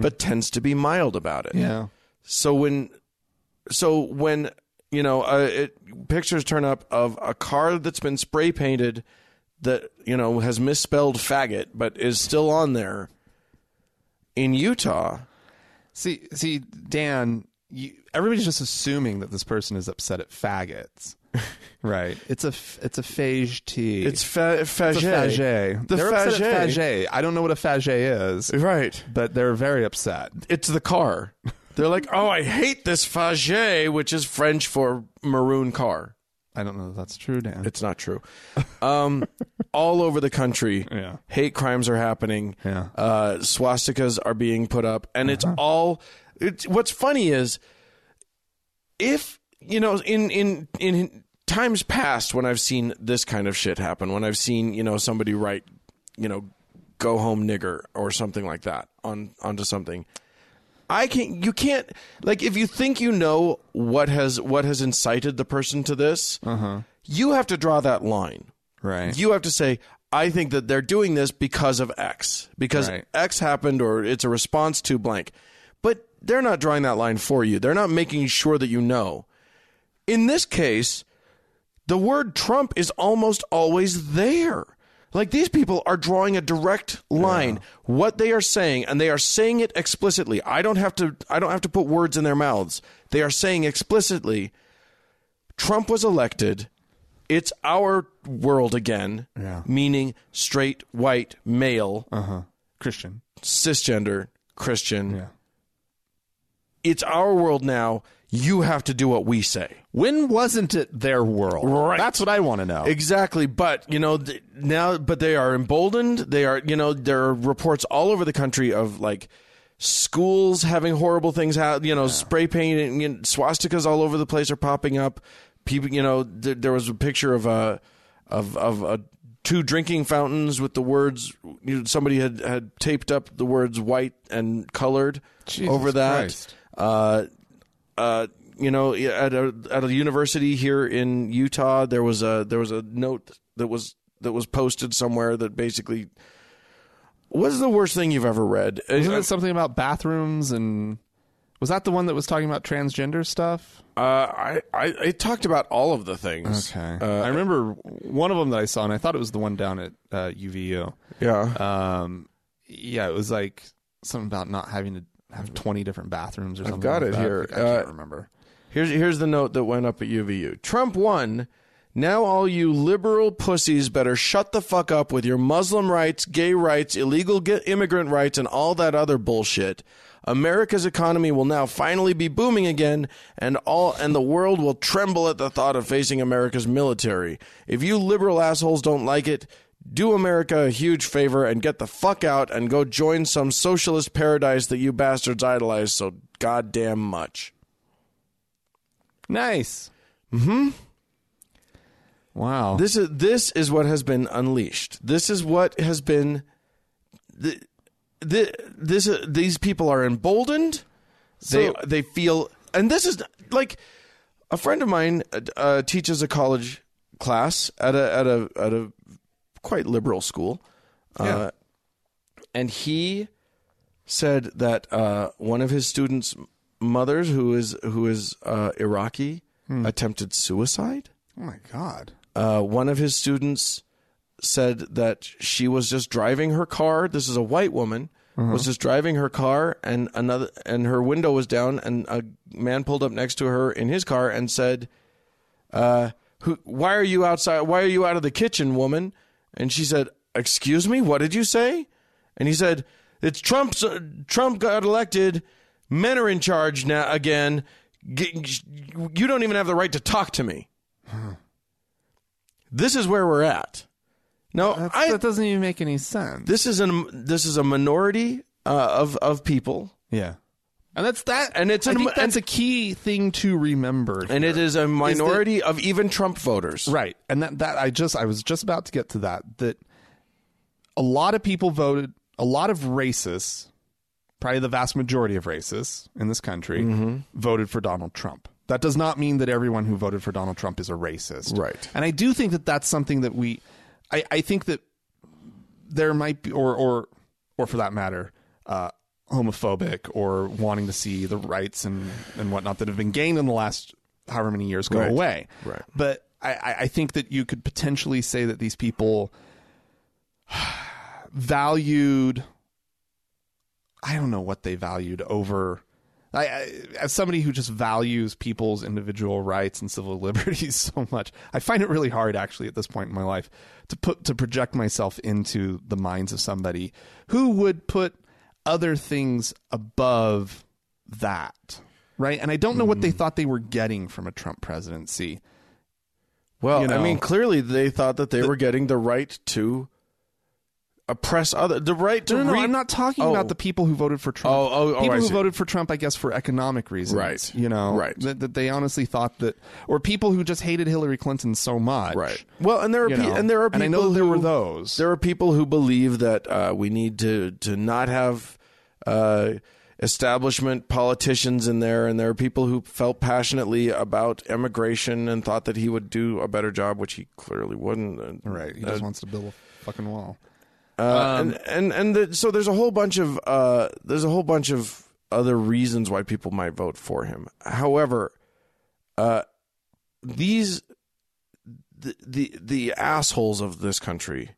[SPEAKER 1] but tends to be mild about it.
[SPEAKER 2] Mm-hmm. yeah,
[SPEAKER 1] So when, so when you know, uh, it, pictures turn up of a car that's been spray painted that you know has misspelled faggot, but is still on there in Utah.
[SPEAKER 2] See, see, Dan, you, everybody's just assuming that this person is upset at faggots, right? It's a f- it's a phage tea.
[SPEAKER 1] It's fa- faggot.
[SPEAKER 2] It's a fagé.
[SPEAKER 1] The
[SPEAKER 2] They're upset at
[SPEAKER 1] faggot.
[SPEAKER 2] fagé. I don't know what a fagé is,
[SPEAKER 1] Right.
[SPEAKER 2] but they're very upset.
[SPEAKER 1] It's the car. They're like, oh, I hate this fagé, which is French for maroon car.
[SPEAKER 2] I don't know if that's true, Dan.
[SPEAKER 1] It's not true. Um, all over the country,
[SPEAKER 2] Yeah.
[SPEAKER 1] hate crimes are happening.
[SPEAKER 2] Yeah. Uh-huh.
[SPEAKER 1] Uh, swastikas are being put up, and it's all. It's, what's funny is, if you know, in in in times past when I've seen this kind of shit happen, when I've seen you know somebody write, you know, go home nigger or something like that on onto something. I can't. You can't. Like, if you think you know what has what has incited the person to this,
[SPEAKER 2] Uh-huh.
[SPEAKER 1] you have to draw that line.
[SPEAKER 2] right.
[SPEAKER 1] You have to say, I think that they're doing this because of X, because
[SPEAKER 2] Right.
[SPEAKER 1] X happened, or it's a response to blank. But they're not drawing that line for you. They're not making sure that you know. In this case, the word Trump is almost always there. Like these people are drawing a direct line what they are saying and they are saying it explicitly. I don't have to I don't have to put words in their mouths. They are saying explicitly Trump was elected. It's our world again.
[SPEAKER 2] Yeah.
[SPEAKER 1] Meaning straight white male
[SPEAKER 2] Uh-huh. Christian.
[SPEAKER 1] cisgender Christian.
[SPEAKER 2] Yeah.
[SPEAKER 1] It's our world now. You have to do what we say.
[SPEAKER 2] When wasn't it their world?
[SPEAKER 1] Right.
[SPEAKER 2] That's what I want to know.
[SPEAKER 1] Exactly, but you know th- now, but they are emboldened. They are, you know, there are reports all over the country of like schools having horrible things. ha- You know, spray paint and you know, swastikas all over the place are popping up. People, you know, th- there was a picture of a of of a, two drinking fountains with the words. You know, somebody had had taped up the words white and colored
[SPEAKER 2] Jesus
[SPEAKER 1] over that.
[SPEAKER 2] Christ.
[SPEAKER 1] Uh, uh, you know, at a at a university here in Utah, there was a there was a note that was that was posted somewhere that basically was the worst thing you've ever read. Uh,
[SPEAKER 2] Isn't it something about bathrooms and was that the one that was talking about transgender stuff?
[SPEAKER 1] Uh, I, I it talked about all of the things. Uh,
[SPEAKER 2] I remember one of them that I saw, and I thought it was the one down at uh, UVU.
[SPEAKER 1] Yeah.
[SPEAKER 2] Um, yeah, it was like something about not having to have twenty different bathrooms or something.
[SPEAKER 1] got
[SPEAKER 2] like
[SPEAKER 1] it
[SPEAKER 2] that.
[SPEAKER 1] here.
[SPEAKER 2] I can't
[SPEAKER 1] Uh,
[SPEAKER 2] remember.
[SPEAKER 1] Here's here's the note that went up at UVU. Trump won. Now all you liberal pussies better shut the fuck up with your Muslim rights, gay rights, illegal ge- immigrant rights, and all that other bullshit. America's economy will now finally be booming again, and all and the world will tremble at the thought of facing America's military. If you liberal assholes don't like it, do America a huge favor and get the fuck out and go join some socialist paradise that you bastards idolize so goddamn much.
[SPEAKER 2] Nice. Mm-hmm. Hmm. Wow.
[SPEAKER 1] This is this is what has been unleashed. This is what has been. The, the, this uh, these people are emboldened.
[SPEAKER 2] So-
[SPEAKER 1] they they feel, and this is like a friend of mine uh, uh, teaches a college class at a at a at a quite liberal school, uh, and he said that uh, one of his students' mothers, who is who is uh, Iraqi,
[SPEAKER 2] Hmm.
[SPEAKER 1] attempted suicide
[SPEAKER 2] oh my god.
[SPEAKER 1] uh, one of his students said that she was just driving her car. This is a white woman was just driving her car, and another and her window was down, and a man pulled up next to her in his car and said, uh, "Who? Why are you outside? Why are you out of the kitchen, woman?" And she said, "Excuse me, what did you say?" And he said, "It's Trump's. Uh, Trump got elected. Men are in charge now again. G- you don't even have the right to talk to me." this is where we're at. Now,
[SPEAKER 2] That's,
[SPEAKER 1] I,
[SPEAKER 2] that doesn't even make any sense.
[SPEAKER 1] this is an this is a minority uh, of of people,
[SPEAKER 2] yeah. And that's that.
[SPEAKER 1] And it's
[SPEAKER 2] I
[SPEAKER 1] an-
[SPEAKER 2] think that's a key thing to remember.
[SPEAKER 1] and it is a minority of even Trump voters.
[SPEAKER 2] Right. And that that I just I was just about to get to that that a lot of people voted a lot of racists probably the vast majority of racists in this country
[SPEAKER 1] Mm-hmm.
[SPEAKER 2] voted for Donald Trump. That does not mean that everyone who voted for Donald Trump is a racist.
[SPEAKER 1] Right.
[SPEAKER 2] And I do think that that's something that we I I think that there might be or or or for that matter uh homophobic or wanting to see the rights and and whatnot that have been gained in the last however many years go
[SPEAKER 1] Right.
[SPEAKER 2] away
[SPEAKER 1] Right.
[SPEAKER 2] but I- I, I think that you could potentially say that these people valued i don't know what they valued over I, I, as somebody who just values people's individual rights and civil liberties so much, I find it really hard, actually, at this point in my life, to put to project myself into the minds of somebody who would put other things above that, right? And I don't know what they thought they were getting from a Trump presidency.
[SPEAKER 1] Well,
[SPEAKER 2] You know.
[SPEAKER 1] I mean, clearly they thought that they were getting the right to oppress other the right to
[SPEAKER 2] No, no, no,
[SPEAKER 1] re-
[SPEAKER 2] I'm not talking
[SPEAKER 1] Oh.
[SPEAKER 2] about the people who voted for Trump.
[SPEAKER 1] Oh, oh, oh,
[SPEAKER 2] people
[SPEAKER 1] I
[SPEAKER 2] who
[SPEAKER 1] see.
[SPEAKER 2] voted for Trump, I guess, for economic reasons.
[SPEAKER 1] Right.
[SPEAKER 2] You know,
[SPEAKER 1] Right.
[SPEAKER 2] That, that they honestly thought that, or people who just hated Hillary Clinton so much.
[SPEAKER 1] Right. Well, and there are
[SPEAKER 2] You
[SPEAKER 1] pe-
[SPEAKER 2] know,
[SPEAKER 1] and there are
[SPEAKER 2] and
[SPEAKER 1] people
[SPEAKER 2] I know there
[SPEAKER 1] who-
[SPEAKER 2] were those.
[SPEAKER 1] There are people who believe that uh, we need to to not have uh, establishment politicians in there, and there are people who felt passionately about immigration and thought that he would do a better job, which he clearly wouldn't.
[SPEAKER 2] Right. He just wants to build a fucking wall.
[SPEAKER 1] Uh, and and and the, so there's a whole bunch of uh, there's a whole bunch of other reasons why people might vote for him. However, uh, these the, the the assholes of this country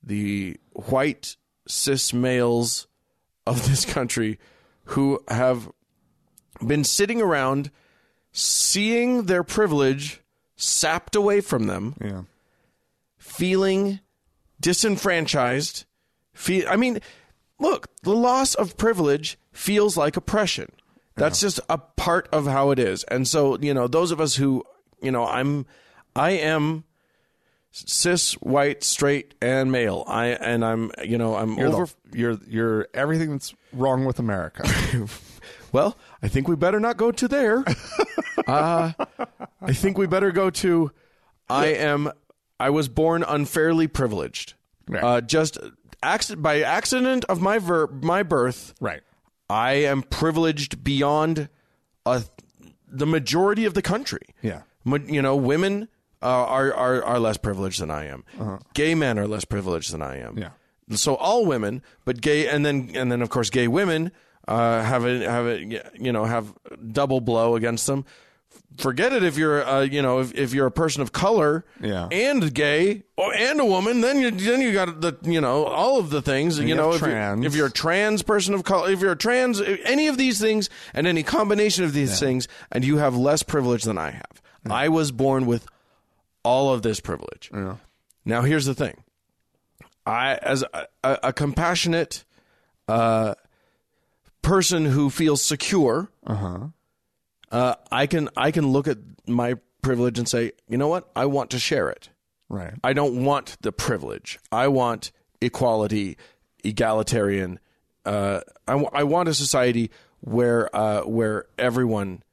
[SPEAKER 1] the white cis males of this country who have been sitting around seeing their privilege sapped away from them,
[SPEAKER 2] Yeah.
[SPEAKER 1] feeling disenfranchised. Feel, I mean, look, the loss of privilege feels like oppression. That's just a part of how it is. And so, you know, those of us who, you know, I'm, I am cis, white, straight, and male. I, and I'm, you know, I'm
[SPEAKER 2] You're,
[SPEAKER 1] over.
[SPEAKER 2] the- you're you're everything that's wrong with America.
[SPEAKER 1] Well, I think we better not go to there. uh, I think we better go to I am I was born unfairly privileged.
[SPEAKER 2] Right.
[SPEAKER 1] Uh, just accident by accident of my ver- my birth.
[SPEAKER 2] right.
[SPEAKER 1] I am privileged beyond a, the majority of the country.
[SPEAKER 2] Yeah.
[SPEAKER 1] Ma- you know, women uh, are, are are less privileged than I am. Gay men are less privileged than I am.
[SPEAKER 2] Uh-huh. Yeah.
[SPEAKER 1] So all women, but gay, and then and then of course gay women uh, have a have a you know have double blow against them. Forget it if you're uh, you know if, if you're a person of color
[SPEAKER 2] Yeah.
[SPEAKER 1] and gay or, and a woman then you then you got the you know all of the things you,
[SPEAKER 2] you
[SPEAKER 1] know
[SPEAKER 2] have
[SPEAKER 1] if you're-
[SPEAKER 2] trans.
[SPEAKER 1] if you're a trans person of color, if you're a trans, any of these things, and any combination of these things, and you have less privilege than I have. I was born with all of this privilege. Now, here's the thing: I, as a, a, a compassionate uh, person who feels secure, uh-huh. I can I can look at my privilege and say, you know what? I want to share it.
[SPEAKER 2] Right.
[SPEAKER 1] I don't want the privilege. I want equality, egalitarian. Uh, I, w- I want a society where uh, where everyone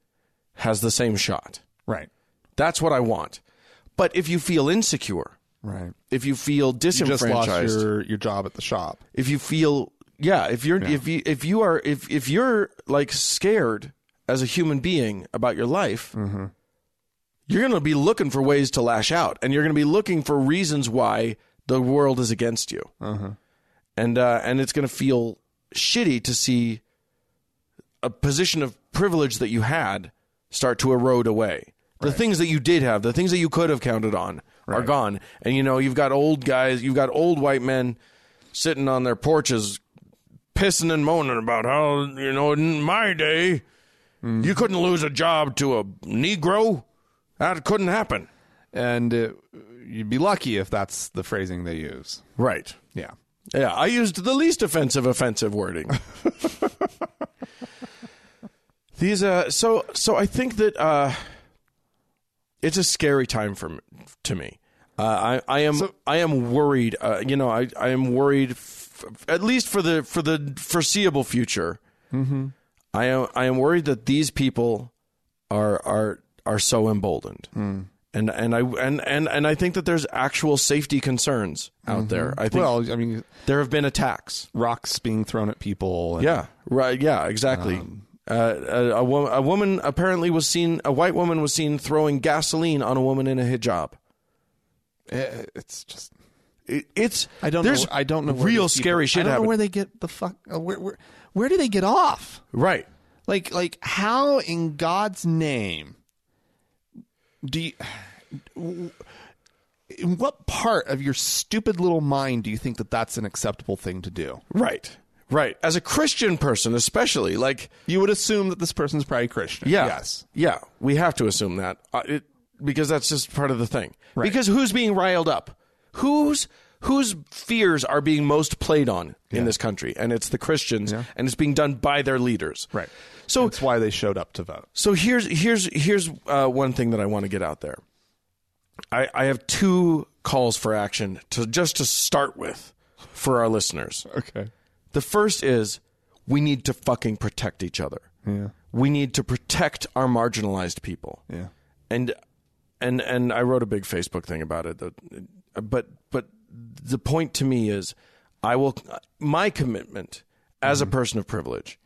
[SPEAKER 1] has the same shot.
[SPEAKER 2] Right.
[SPEAKER 1] That's what I want. But if you feel insecure,
[SPEAKER 2] Right.
[SPEAKER 1] if you feel
[SPEAKER 2] You just
[SPEAKER 1] disenfranchised,
[SPEAKER 2] lost your your job at the shop.
[SPEAKER 1] if you feel yeah, if you're if you if you are if if you're like scared as a human being about your life, you're going to be looking for ways to lash out, and you're going to be looking for reasons why the world is against you, and uh, and it's going to feel shitty to see a position of privilege that you had start to erode away. The things that you did have, the things that you could have counted on, are gone, and you know you've got old guys, you've got old white men sitting on their porches, pissing and moaning about how you know in my day you couldn't lose a job to a Negro. That couldn't happen.
[SPEAKER 2] And it, you'd be lucky if that's the phrasing they use.
[SPEAKER 1] Right.
[SPEAKER 2] Yeah.
[SPEAKER 1] Yeah, I used the least offensive offensive wording. These uh so so I think that uh it's a scary time for m- to me. Uh, I I am I am worried. Uh, you know, I I am worried f- at least for the for the foreseeable future. I am I am worried that these people are are are so emboldened. And and I and, and and I think that there's actual safety concerns out there. I think
[SPEAKER 2] Well, I mean,
[SPEAKER 1] there have been attacks.
[SPEAKER 2] rocks being thrown at people. And,
[SPEAKER 1] Yeah, right. Yeah, exactly.
[SPEAKER 2] Um,
[SPEAKER 1] uh, a, a, wo- a woman apparently was seen. A white woman was seen throwing gasoline on a woman in a hijab.
[SPEAKER 2] Eh, it's just.
[SPEAKER 1] It, it's
[SPEAKER 2] I don't
[SPEAKER 1] there's
[SPEAKER 2] know. I don't know. where
[SPEAKER 1] real
[SPEAKER 2] these people-
[SPEAKER 1] scary shit
[SPEAKER 2] I don't know
[SPEAKER 1] happened.
[SPEAKER 2] where they get the fuck. uh, Where, where where do they get off?
[SPEAKER 1] right.
[SPEAKER 2] Like like how in God's name do you, in what part of your stupid little mind do you think that that's an acceptable thing to do?
[SPEAKER 1] Right. Right. As a Christian person, especially like
[SPEAKER 2] You would assume that this person's probably Christian.
[SPEAKER 1] yeah,
[SPEAKER 2] Yes.
[SPEAKER 1] yeah, we have to assume that uh, it, because that's just part of the thing. Because who's being riled up? Who's whose fears are being most played on in this country? And it's the Christians, and it's being done by their leaders.
[SPEAKER 2] Right.
[SPEAKER 1] So
[SPEAKER 2] That's why they showed up to vote.
[SPEAKER 1] So here's here's here's uh, one thing that I want to get out there. I, I have two calls for action to just to start with for our listeners.
[SPEAKER 2] Okay.
[SPEAKER 1] The first is we need to fucking protect each other. Yeah. We need to protect our marginalized people.
[SPEAKER 2] Yeah.
[SPEAKER 1] And and and I wrote a big Facebook thing about it. that- But but the point to me is I will my commitment as a person of privilege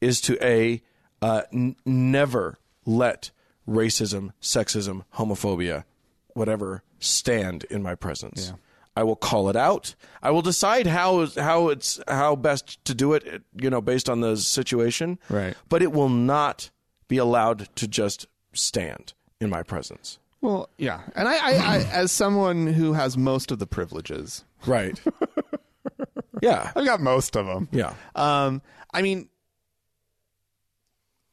[SPEAKER 1] is to a uh, n- never let racism, sexism, homophobia, whatever stand in my presence. I will call it out. I will decide how how it's how best to do it, you know, based on the situation.
[SPEAKER 2] Right.
[SPEAKER 1] But it will not be allowed to just stand in my presence.
[SPEAKER 2] Well, yeah, and I, I, I as someone who has most of the privileges,
[SPEAKER 1] Right. yeah.
[SPEAKER 2] I've got most of them.
[SPEAKER 1] Yeah.
[SPEAKER 2] Um, I mean,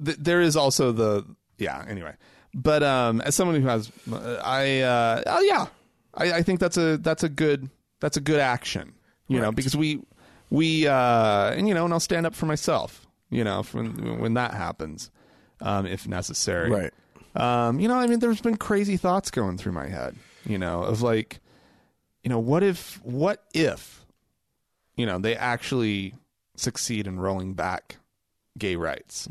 [SPEAKER 2] th- there is also the yeah. Anyway, but um, as someone who has, I uh, oh yeah, I, I think that's a that's a good that's a good action. You know, because we we uh, and you know, and I'll stand up for myself. You know, when when that happens, um, if necessary.
[SPEAKER 1] Right.
[SPEAKER 2] Um, you know, I mean, there's been crazy thoughts going through my head. You know, of like, you know, what if what if you know, they actually succeed in rolling back gay rights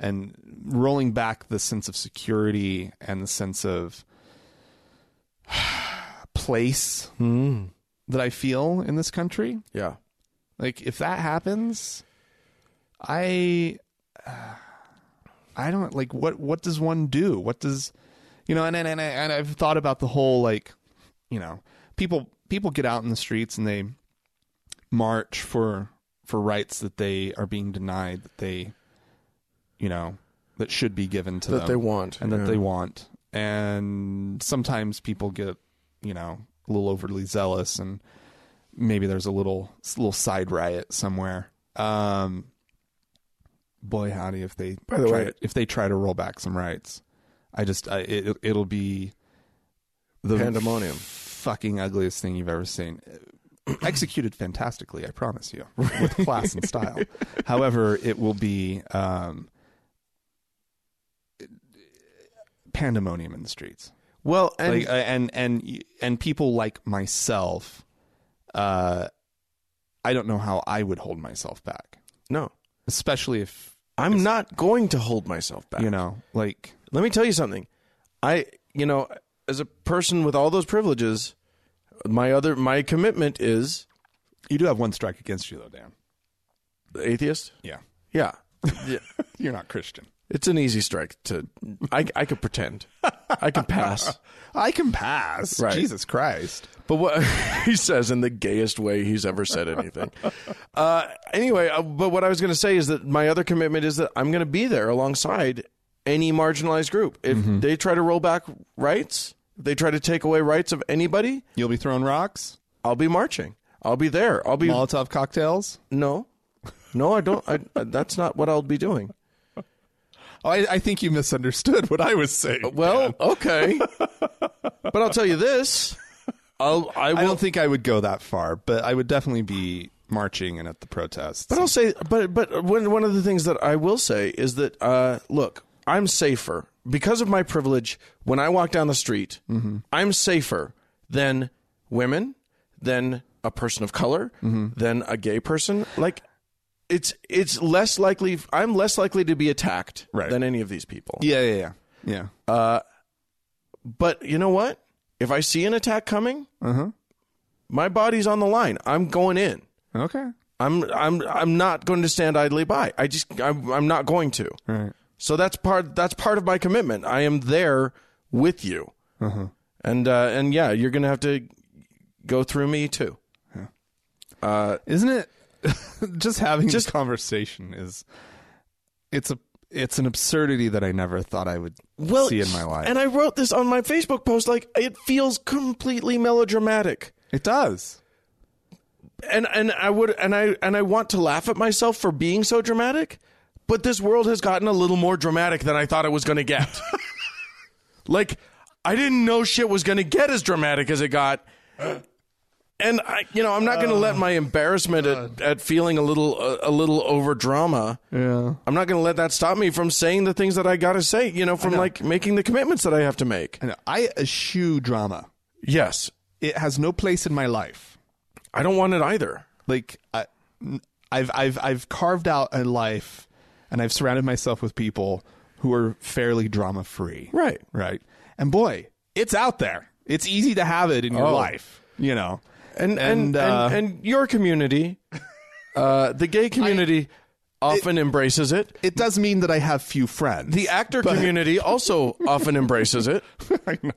[SPEAKER 2] and rolling back the sense of security and the sense of place that I feel in this country.
[SPEAKER 1] Yeah.
[SPEAKER 2] Like if that happens, I uh, I don't like what what does one do? What does you know? And and and, I, and I've thought about the whole like you know people people get out in the streets and they march for for rights that they are being denied that they you know that should be given to
[SPEAKER 1] That
[SPEAKER 2] them
[SPEAKER 1] they want,
[SPEAKER 2] and that
[SPEAKER 1] yeah.
[SPEAKER 2] they want and sometimes people get you know a little overly zealous and maybe there's a little little side riot somewhere um boy howdy if they
[SPEAKER 1] the
[SPEAKER 2] try
[SPEAKER 1] way-
[SPEAKER 2] to, if they try to roll back some rights i just I, it, it'll be the
[SPEAKER 1] Pandemonium.
[SPEAKER 2] fucking ugliest thing you've ever seen executed fantastically i promise you with class and style however it will be um pandemonium in the streets
[SPEAKER 1] Well, and
[SPEAKER 2] like uh, and and and people like myself uh i don't know how i would hold myself back
[SPEAKER 1] no.
[SPEAKER 2] especially if
[SPEAKER 1] I'm not going to hold myself back.
[SPEAKER 2] you know like
[SPEAKER 1] Let me tell you something. I, you know, as a person with all those privileges, my other my commitment is
[SPEAKER 2] you do have one strike against you though dan
[SPEAKER 1] atheist.
[SPEAKER 2] yeah
[SPEAKER 1] Yeah. yeah.
[SPEAKER 2] you're not christian
[SPEAKER 1] It's an easy strike to I I could pretend. I can pass.
[SPEAKER 2] i can pass
[SPEAKER 1] Right.
[SPEAKER 2] jesus christ
[SPEAKER 1] But what he says in the gayest way he's ever said anything. uh, anyway, uh, but what I was going to say is that my other commitment is that I'm going to be there alongside any marginalized group. If they try to roll back rights, if they try to take away rights of anybody,
[SPEAKER 2] you'll be throwing rocks
[SPEAKER 1] I'll be marching. I'll be there. I'll be
[SPEAKER 2] molotov cocktails
[SPEAKER 1] no, no. I don't. I, that's not what I'll be doing.
[SPEAKER 2] oh, I, I think you misunderstood what i was saying
[SPEAKER 1] Well, okay. but I'll tell you this. I'll. I will.
[SPEAKER 2] i don't think i would go that far but i would definitely be marching and at the protests
[SPEAKER 1] But I'll say, but but one one of the things that I will say is that uh, look, I'm safer because of my privilege. When I walk down the street, I'm safer than women, than a person of color, than a gay person. Like, it's it's less likely. I'm less likely to be attacked
[SPEAKER 2] Right.
[SPEAKER 1] than any of these people.
[SPEAKER 2] yeah yeah yeah yeah
[SPEAKER 1] Uh, But you know what? If I see an attack coming, my body's on the line. I'm going in.
[SPEAKER 2] okay
[SPEAKER 1] I'm I'm I'm not going to stand idly by. I just I'm, I'm not going to.
[SPEAKER 2] right
[SPEAKER 1] So that's part that's part of my commitment. I am there with you,
[SPEAKER 2] Uh-huh.
[SPEAKER 1] and uh, and yeah, you're gonna have to go through me too.
[SPEAKER 2] isn't it just having
[SPEAKER 1] Just-
[SPEAKER 2] this conversation is it's a it's an absurdity that I never thought I would see in my life.
[SPEAKER 1] and I wrote this on my Facebook post. Like it feels completely melodramatic,
[SPEAKER 2] it does.
[SPEAKER 1] and and I would and I and I want to laugh at myself for being so dramatic, but this world has gotten a little more dramatic than I thought it was gonna get. like I didn't know shit was gonna get as dramatic as it got. and I, you know, I'm not going to let my embarrassment at, at feeling a little uh, a little over drama.
[SPEAKER 2] Yeah.
[SPEAKER 1] I'm not going to let that stop me from saying the things that I got to say. You know, from like making the commitments that I have to make.
[SPEAKER 2] And I eschew drama.
[SPEAKER 1] Yes,
[SPEAKER 2] It has no place in my life.
[SPEAKER 1] I don't want it either.
[SPEAKER 2] Like I, I've I've I've carved out a life, and I've surrounded myself with people who are fairly drama free.
[SPEAKER 1] Right.
[SPEAKER 2] Right. And boy, it's out there. It's easy to have it in your
[SPEAKER 1] Oh.
[SPEAKER 2] life. You know.
[SPEAKER 1] And and
[SPEAKER 2] And,
[SPEAKER 1] and,
[SPEAKER 2] uh,
[SPEAKER 1] and, your community, uh, the gay community, often embraces it.
[SPEAKER 2] It does mean that I have few friends.
[SPEAKER 1] The actor community also often embraces it.
[SPEAKER 2] I know.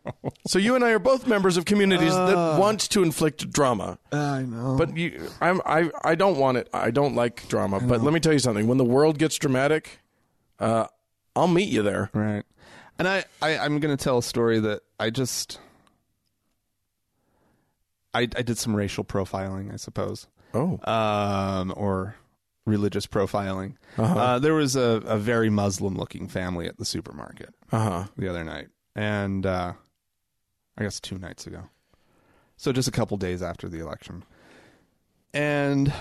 [SPEAKER 1] So you and I are both members of communities that want to inflict drama.
[SPEAKER 2] I know.
[SPEAKER 1] But you, I'm, I, I don't want it. I don't like drama. But let me tell you something. When the world gets dramatic, uh, I'll meet you there.
[SPEAKER 2] Right. And I, I I'm going to tell a story that I just I I did some racial profiling, I suppose.
[SPEAKER 1] Oh.
[SPEAKER 2] Um or religious profiling.
[SPEAKER 1] Uh-huh.
[SPEAKER 2] Uh, there was a, a very Muslim looking family at the supermarket
[SPEAKER 1] Uh huh.
[SPEAKER 2] the other night. And uh I guess two nights ago. So just a couple days after the election. And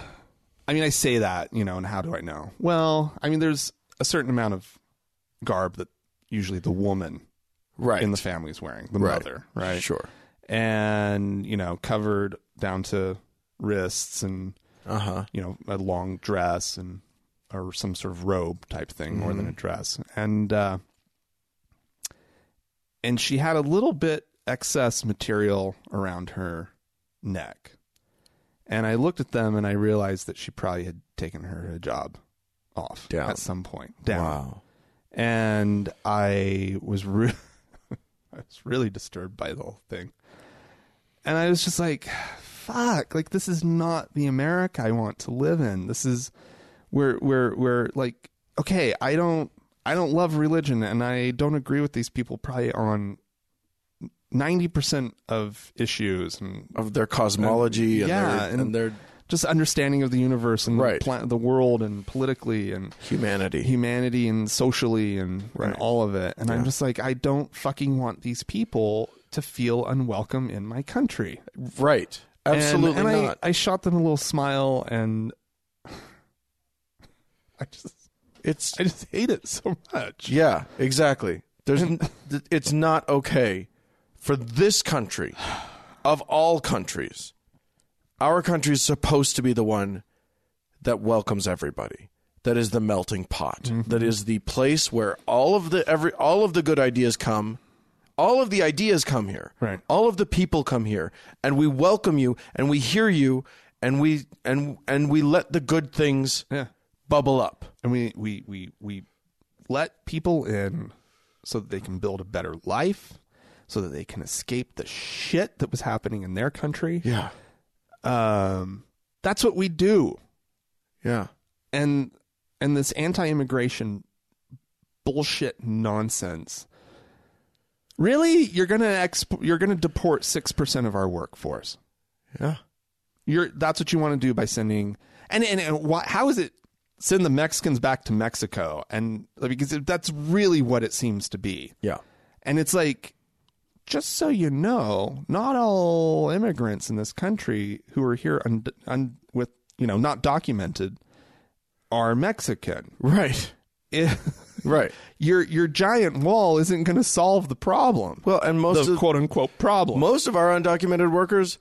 [SPEAKER 2] I mean I say that, you know, and how do I know? Well, I mean there's a certain amount of garb that usually the woman
[SPEAKER 1] Right.
[SPEAKER 2] in the family is wearing, the
[SPEAKER 1] Right.
[SPEAKER 2] mother, right?
[SPEAKER 1] Sure.
[SPEAKER 2] And, you know, covered down to wrists and
[SPEAKER 1] Uh huh.
[SPEAKER 2] you know, a long dress and or some sort of robe type thing more
[SPEAKER 1] Mm-hmm.
[SPEAKER 2] than a dress. And uh and she had a little bit excess material around her neck. And I looked at them and I realized that she probably had taken her hijab off
[SPEAKER 1] Down.
[SPEAKER 2] at some point. Down.
[SPEAKER 1] Wow.
[SPEAKER 2] And I was re- I was really disturbed by the whole thing. And I was just like, fuck, like this is not the America I want to live in. This is we're we're we're like okay, I don't I don't love religion and I don't agree with these people probably on 90% of issues and
[SPEAKER 1] Of their cosmology and,
[SPEAKER 2] yeah,
[SPEAKER 1] their, and,
[SPEAKER 2] and-
[SPEAKER 1] their
[SPEAKER 2] just understanding of the universe and
[SPEAKER 1] Right.
[SPEAKER 2] the, pla- the world and politically and
[SPEAKER 1] humanity.
[SPEAKER 2] humanity and socially and, and all of it. And I'm just like, I don't fucking want these people to feel unwelcome in my country.
[SPEAKER 1] right.
[SPEAKER 2] And-
[SPEAKER 1] Absolutely
[SPEAKER 2] and, I-
[SPEAKER 1] not.
[SPEAKER 2] I, shot them a little smile and I just
[SPEAKER 1] it's
[SPEAKER 2] I just hate it so much.
[SPEAKER 1] yeah. Exactly. There's. n- th- it's not okay for this country, of all countries, our country is supposed to be the one that welcomes everybody. That is the melting pot. That is the place where all of the every all of the good ideas come. All of the ideas come here.
[SPEAKER 2] Right.
[SPEAKER 1] All of the people come here and we welcome you and we hear you and we and and we let the good things
[SPEAKER 2] Yeah.
[SPEAKER 1] bubble up.
[SPEAKER 2] And we, we we we let people in so that they can build a better life, so that they can escape the shit that was happening in their country.
[SPEAKER 1] Yeah.
[SPEAKER 2] Um that's what we do.
[SPEAKER 1] Yeah.
[SPEAKER 2] and and this anti-immigration bullshit nonsense. Really, you're gonna exp- you're gonna deport six percent of our workforce.
[SPEAKER 1] Yeah.
[SPEAKER 2] You're that's what you want to do by sending and and, and why, how is it send the Mexicans back to Mexico and like, because that's really what it seems to be.
[SPEAKER 1] Yeah.
[SPEAKER 2] And it's like, just so you know, not all immigrants in this country who are here un- un- with, you know, not documented are Mexican.
[SPEAKER 1] Right.
[SPEAKER 2] It-
[SPEAKER 1] Right.
[SPEAKER 2] your your giant wall isn't going to solve the problem.
[SPEAKER 1] Well, and most
[SPEAKER 2] the
[SPEAKER 1] of
[SPEAKER 2] quote unquote problem.
[SPEAKER 1] most of our undocumented workers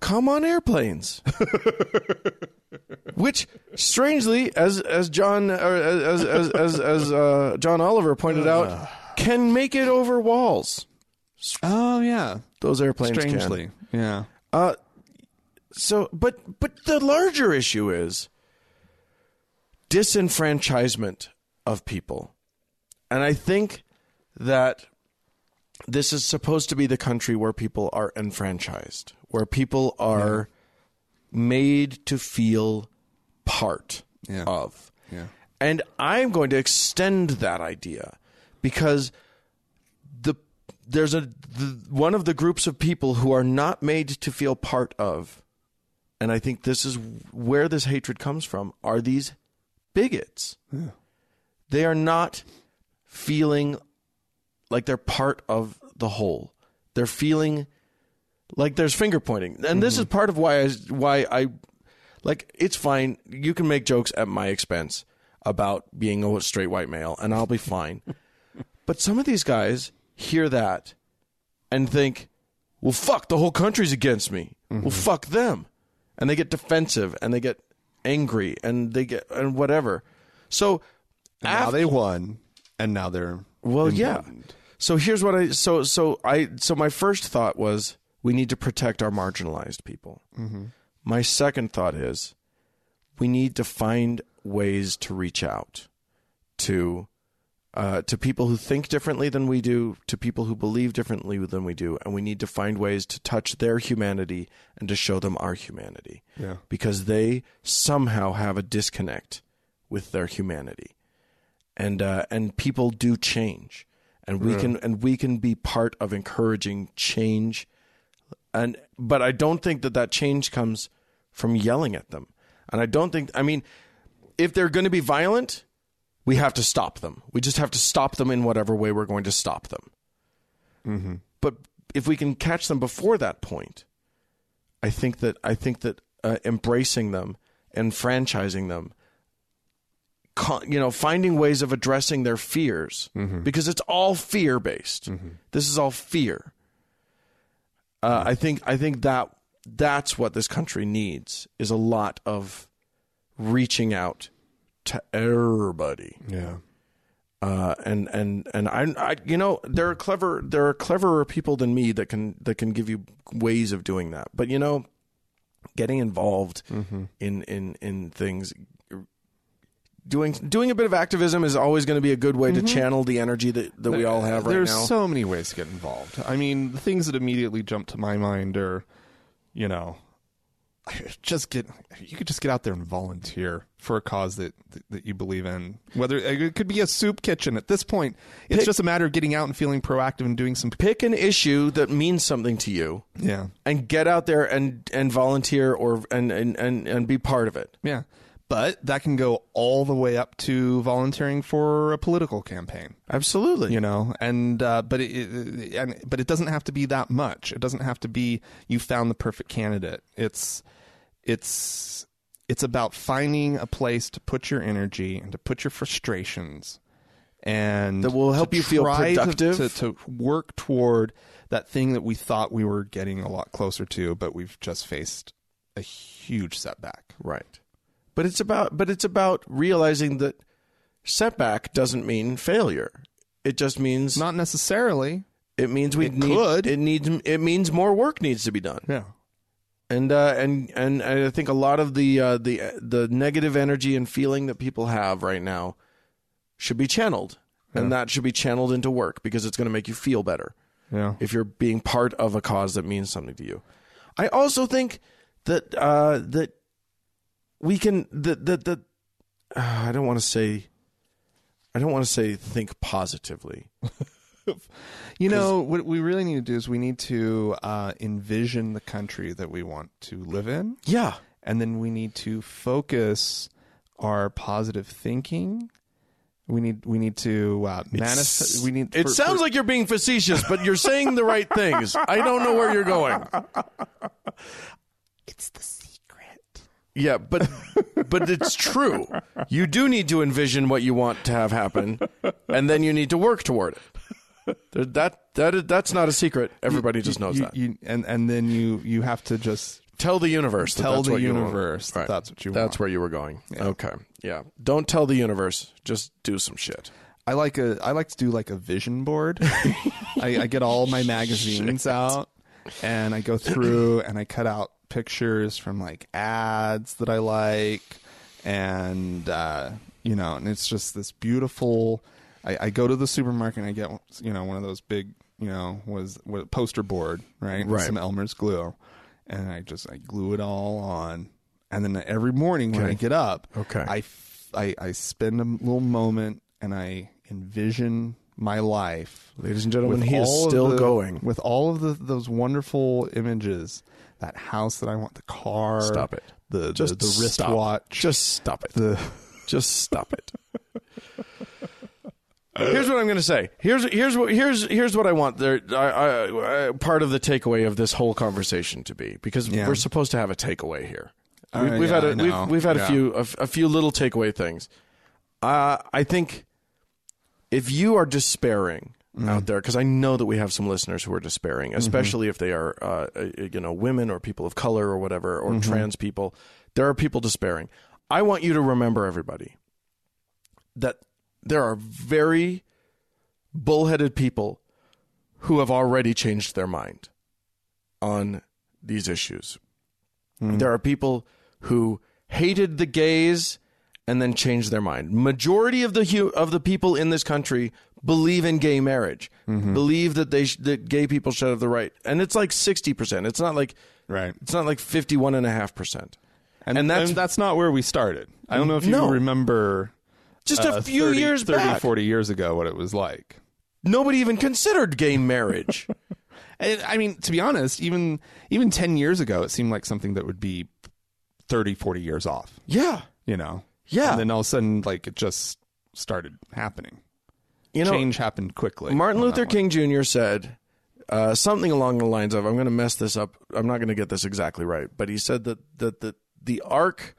[SPEAKER 1] come on airplanes. Which, strangely, as as John or as as as, as uh, John Oliver pointed out, can make it over walls.
[SPEAKER 2] oh yeah,
[SPEAKER 1] Those airplanes can.
[SPEAKER 2] strangely, yeah.
[SPEAKER 1] So, but but the larger issue is disenfranchisement of people, and I think that this is supposed to be the country where people are enfranchised, where people are made to feel part
[SPEAKER 2] Yeah.
[SPEAKER 1] of.
[SPEAKER 2] Yeah.
[SPEAKER 1] And I'm going to extend that idea because the there's a the, one of the groups of people who are not made to feel part of and I think this is where this hatred comes from, are these bigots. They are not feeling like they're part of the whole. They're feeling like there's finger pointing. And this is part of why I why I like it's fine. You can make jokes at my expense about being a straight white male and I'll be fine. but some of these guys hear that and think, well, fuck, the whole country's against me. Well, fuck them. And they get defensive and they get angry and they get, and whatever. So,
[SPEAKER 2] now
[SPEAKER 1] af-
[SPEAKER 2] they won, and now they're
[SPEAKER 1] well,
[SPEAKER 2] emboldened.
[SPEAKER 1] yeah. So here's what I, so, so I, so my first thought was we need to protect our marginalized people.
[SPEAKER 2] Mm-hmm.
[SPEAKER 1] My second thought is we need to find ways to reach out to uh, to people who think differently than we do, to people who believe differently than we do, and we need to find ways to touch their humanity and to show them our humanity.
[SPEAKER 2] Yeah.
[SPEAKER 1] Because they somehow have a disconnect with their humanity, and uh, and people do change, and we can and we can be part of encouraging change and but I don't think that that change comes from yelling at them. And I don't think I mean if they're going to be violent, we have to stop them. We just have to stop them in whatever way we're going to stop them. But if we can catch them before that point, I think that I think that uh, embracing them, enfranchising them, co- you know, finding ways of addressing their fears because it's all fear based. This is all fear. Uh, I think I think that that's what this country needs is a lot of reaching out to everybody.
[SPEAKER 2] Yeah.
[SPEAKER 1] Uh, and and and I, I, you know, there are clever, there are cleverer people than me that can that can give you ways of doing that. But you know, getting involved
[SPEAKER 2] Mm-hmm.
[SPEAKER 1] in in in things, doing doing a bit of activism is always going to be a good way to channel the energy that, that we all have
[SPEAKER 2] Mm-hmm.
[SPEAKER 1] right
[SPEAKER 2] There's
[SPEAKER 1] now.
[SPEAKER 2] so many ways to get involved. I mean, the things that immediately jump to my mind are, you know, just get you could just get out there and volunteer for a cause that that you believe in. Whether it could be a soup kitchen at this point, it's just a matter of getting out and feeling proactive and doing some.
[SPEAKER 1] Pick an issue that means something to you,
[SPEAKER 2] Yeah,
[SPEAKER 1] and get out there and and volunteer or and and and, and be part of it.
[SPEAKER 2] yeah, but that can go all the way up to volunteering for a political campaign.
[SPEAKER 1] Absolutely.
[SPEAKER 2] you know and uh, but it, it and but it doesn't have to be that much it doesn't have to be you found the perfect candidate it's it's it's about finding a place to put your energy and to put your frustrations and
[SPEAKER 1] That will help
[SPEAKER 2] to
[SPEAKER 1] you feel
[SPEAKER 2] try to-
[SPEAKER 1] productive.
[SPEAKER 2] to, to work toward that thing that we thought we were getting a lot closer to but we've just faced a huge setback
[SPEAKER 1] Right. But it's about but it's about realizing that setback doesn't mean failure. It just means
[SPEAKER 2] not necessarily
[SPEAKER 1] it means we
[SPEAKER 2] it
[SPEAKER 1] need
[SPEAKER 2] could.
[SPEAKER 1] it needs it means more work needs to be done.
[SPEAKER 2] yeah
[SPEAKER 1] And uh, and and I think a lot of the uh, the the negative energy and feeling that people have right now should be channeled. And that should be channeled into work because it's going to make you feel better
[SPEAKER 2] yeah
[SPEAKER 1] if you're being part of a cause that means something to you. I also think that uh, that we can that that that uh, I don't want to say I don't want to say think positively.
[SPEAKER 2] You know, what we really need to do is we need to uh, envision the country that we want to live in,
[SPEAKER 1] Yeah,
[SPEAKER 2] and then we need to focus our positive thinking. We need we need to uh, manifest. We need.
[SPEAKER 1] It
[SPEAKER 2] for-
[SPEAKER 1] sounds
[SPEAKER 2] for-
[SPEAKER 1] like you're being facetious, but you're saying the right things. I don't know where you're going.
[SPEAKER 2] it's the secret.
[SPEAKER 1] Yeah, but but it's true. You do need to envision what you want to have happen, and then you need to work toward it. There- That that is, that's not a secret. Everybody just knows
[SPEAKER 2] you,
[SPEAKER 1] that.
[SPEAKER 2] You, and and then you you have to just
[SPEAKER 1] Tell the universe. That
[SPEAKER 2] Tell
[SPEAKER 1] that's
[SPEAKER 2] the
[SPEAKER 1] what you want.
[SPEAKER 2] universe that that's what you
[SPEAKER 1] That's
[SPEAKER 2] want.
[SPEAKER 1] where you were going. Okay. Yeah. Don't tell the universe. Just do some shit.
[SPEAKER 2] I like a I like to do like a vision board. I, I get all my magazines out and I go through and I cut out pictures from like ads that I like and uh, you know and it's just this beautiful. I, I go to the supermarket and I get you know one of those big you know was, was poster board right And
[SPEAKER 1] Right.
[SPEAKER 2] some Elmer's glue and I just I glue it all on and then every morning when I get up
[SPEAKER 1] Okay.
[SPEAKER 2] I f- I, I spend a little moment and I envision my life.
[SPEAKER 1] Ladies and gentlemen, he is
[SPEAKER 2] all of
[SPEAKER 1] still
[SPEAKER 2] the-
[SPEAKER 1] going.
[SPEAKER 2] With all of the, those wonderful images, that house that I want, the car.
[SPEAKER 1] Stop it.
[SPEAKER 2] The,
[SPEAKER 1] Just
[SPEAKER 2] the, the
[SPEAKER 1] stop.
[SPEAKER 2] wristwatch.
[SPEAKER 1] Just stop it.
[SPEAKER 2] The,
[SPEAKER 1] Just stop it. Here's what I'm going to say. Here's here's what here's here's what I want. There, I, I, I, part of the takeaway of this whole conversation to be because
[SPEAKER 2] Yeah.
[SPEAKER 1] we're supposed to have a takeaway here.
[SPEAKER 2] All
[SPEAKER 1] We-
[SPEAKER 2] right,
[SPEAKER 1] we've,
[SPEAKER 2] yeah, I
[SPEAKER 1] had a,
[SPEAKER 2] know.
[SPEAKER 1] we've we've had a
[SPEAKER 2] Yeah.
[SPEAKER 1] few a, f- a few little takeaway things. Uh, I think if you are despairing out there, because I know that we have some listeners who are despairing, especially if they are, uh, uh, you know, women or people of color or whatever, or trans people, there are people despairing. I want you to remember, everybody, that there are very bullheaded people who have already changed their mind on these issues. There are people who hated the gays and then changed their mind. Majority of the hu- of the people in this country believe in gay marriage. Believe that they sh- that gay people should have the right. And it's like 60%. It's not like
[SPEAKER 2] Right.
[SPEAKER 1] It's not like 51.5%.
[SPEAKER 2] and,
[SPEAKER 1] And that's-
[SPEAKER 2] that's, that's not where we started. I don't know if you
[SPEAKER 1] No.
[SPEAKER 2] remember
[SPEAKER 1] Just
[SPEAKER 2] uh,
[SPEAKER 1] a few
[SPEAKER 2] 30,
[SPEAKER 1] years
[SPEAKER 2] 30,
[SPEAKER 1] back.
[SPEAKER 2] 40 years ago what it was like.
[SPEAKER 1] nobody even considered gay marriage.
[SPEAKER 2] And, I mean, to be honest, even even 10 years ago, it seemed like something that would be 30, 40 years off,
[SPEAKER 1] yeah,
[SPEAKER 2] you know?
[SPEAKER 1] Yeah.
[SPEAKER 2] And then all of a sudden, like, it just started happening.
[SPEAKER 1] you know,
[SPEAKER 2] Change happened quickly.
[SPEAKER 1] Martin
[SPEAKER 2] on
[SPEAKER 1] Luther
[SPEAKER 2] that one.
[SPEAKER 1] King Jr. said uh, something along the lines of, "I'm going to mess this up. I'm not going to get this exactly right," but he said that that the the arc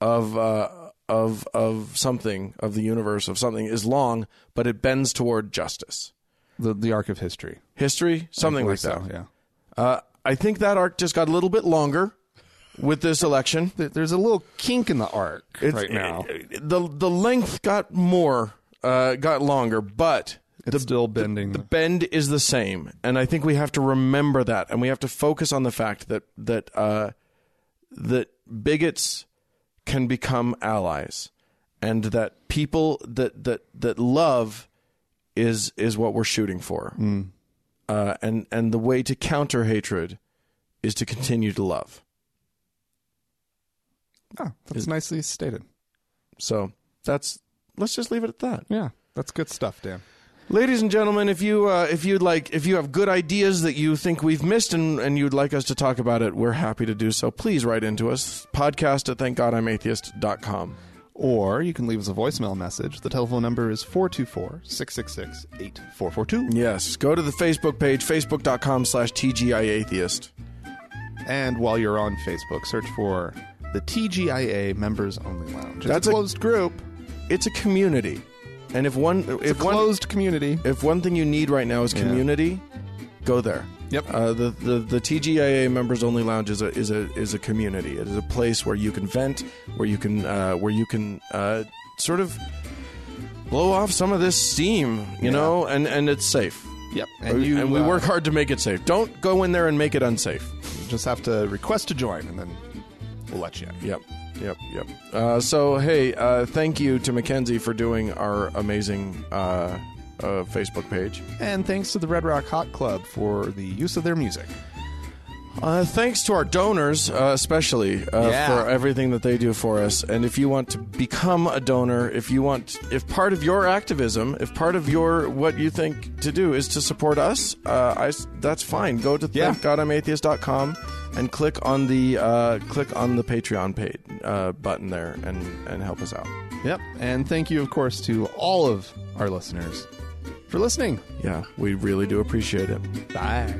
[SPEAKER 1] of uh, of of something of the universe of something is long, but it bends toward justice.
[SPEAKER 2] The, the arc of history.
[SPEAKER 1] History, something like
[SPEAKER 2] so,
[SPEAKER 1] that.
[SPEAKER 2] yeah.
[SPEAKER 1] Uh, I think that arc just got a little bit longer with this election
[SPEAKER 2] There- There's a little kink in the arc
[SPEAKER 1] It's-
[SPEAKER 2] right now.
[SPEAKER 1] it- it- the the length got more, uh, got longer, but
[SPEAKER 2] it's still bending.
[SPEAKER 1] the bend is the same, and I think we have to remember that, and we have to focus on the fact that that uh, that bigots can become allies, and that people that that that love is is what we're shooting for, uh, and and the way to counter hatred is to continue to love.
[SPEAKER 2] Ah, that's nicely stated.
[SPEAKER 1] So that's let's just leave it at that.
[SPEAKER 2] Yeah, that's good stuff, Dan.
[SPEAKER 1] Ladies and gentlemen, if you uh, if you'd like if you have good ideas that you think we've missed and, and you'd like us to talk about it, we're happy to do so. Please write into us podcast at thankgodimatheist.com.
[SPEAKER 2] Or you can leave us a voicemail message. The telephone number is 424 666 8442.
[SPEAKER 1] Yes, go to the Facebook page facebook.com slash tgiatheist.
[SPEAKER 2] And while you're on Facebook, search for the TGIA Members Only Lounge. It's
[SPEAKER 1] That's
[SPEAKER 2] a
[SPEAKER 1] a-
[SPEAKER 2] closed group,
[SPEAKER 1] It's a community, and if one if one
[SPEAKER 2] closed community.
[SPEAKER 1] if one thing you need right now is community, go there.
[SPEAKER 2] Yep.
[SPEAKER 1] Uh, the, the the TGIA members only lounge is a is a is a community. It is a place where you can vent, where you can uh, where you can uh, sort of blow off some of this steam, you know, and and it's safe.
[SPEAKER 2] Yep.
[SPEAKER 1] And,
[SPEAKER 2] you,
[SPEAKER 1] we
[SPEAKER 2] uh,
[SPEAKER 1] work hard to make it safe. Don't go in there and make it unsafe.
[SPEAKER 2] Just have to request to join, and then we'll let you in.
[SPEAKER 1] Yep. Yep. Yep. Uh, so hey, uh, thank you to Mackenzie for doing our amazing uh, uh, Facebook page.
[SPEAKER 2] And thanks to the Red Rock Hot Club for the use of their music.
[SPEAKER 1] Uh, thanks to our donors, uh, especially uh,
[SPEAKER 2] Yeah.
[SPEAKER 1] for everything that they do for us. And if you want to become a donor, if you want, if part of your activism, if part of your what you think to do is to support us, uh, I s that's fine. Go to
[SPEAKER 2] Yeah.
[SPEAKER 1] thankgodimatheist.com and click on the uh, click on the Patreon page, uh, button there and and help us out.
[SPEAKER 2] Yep. And thank you, of course, to all of our listeners for listening.
[SPEAKER 1] Yeah, we really do appreciate it.
[SPEAKER 2] Bye.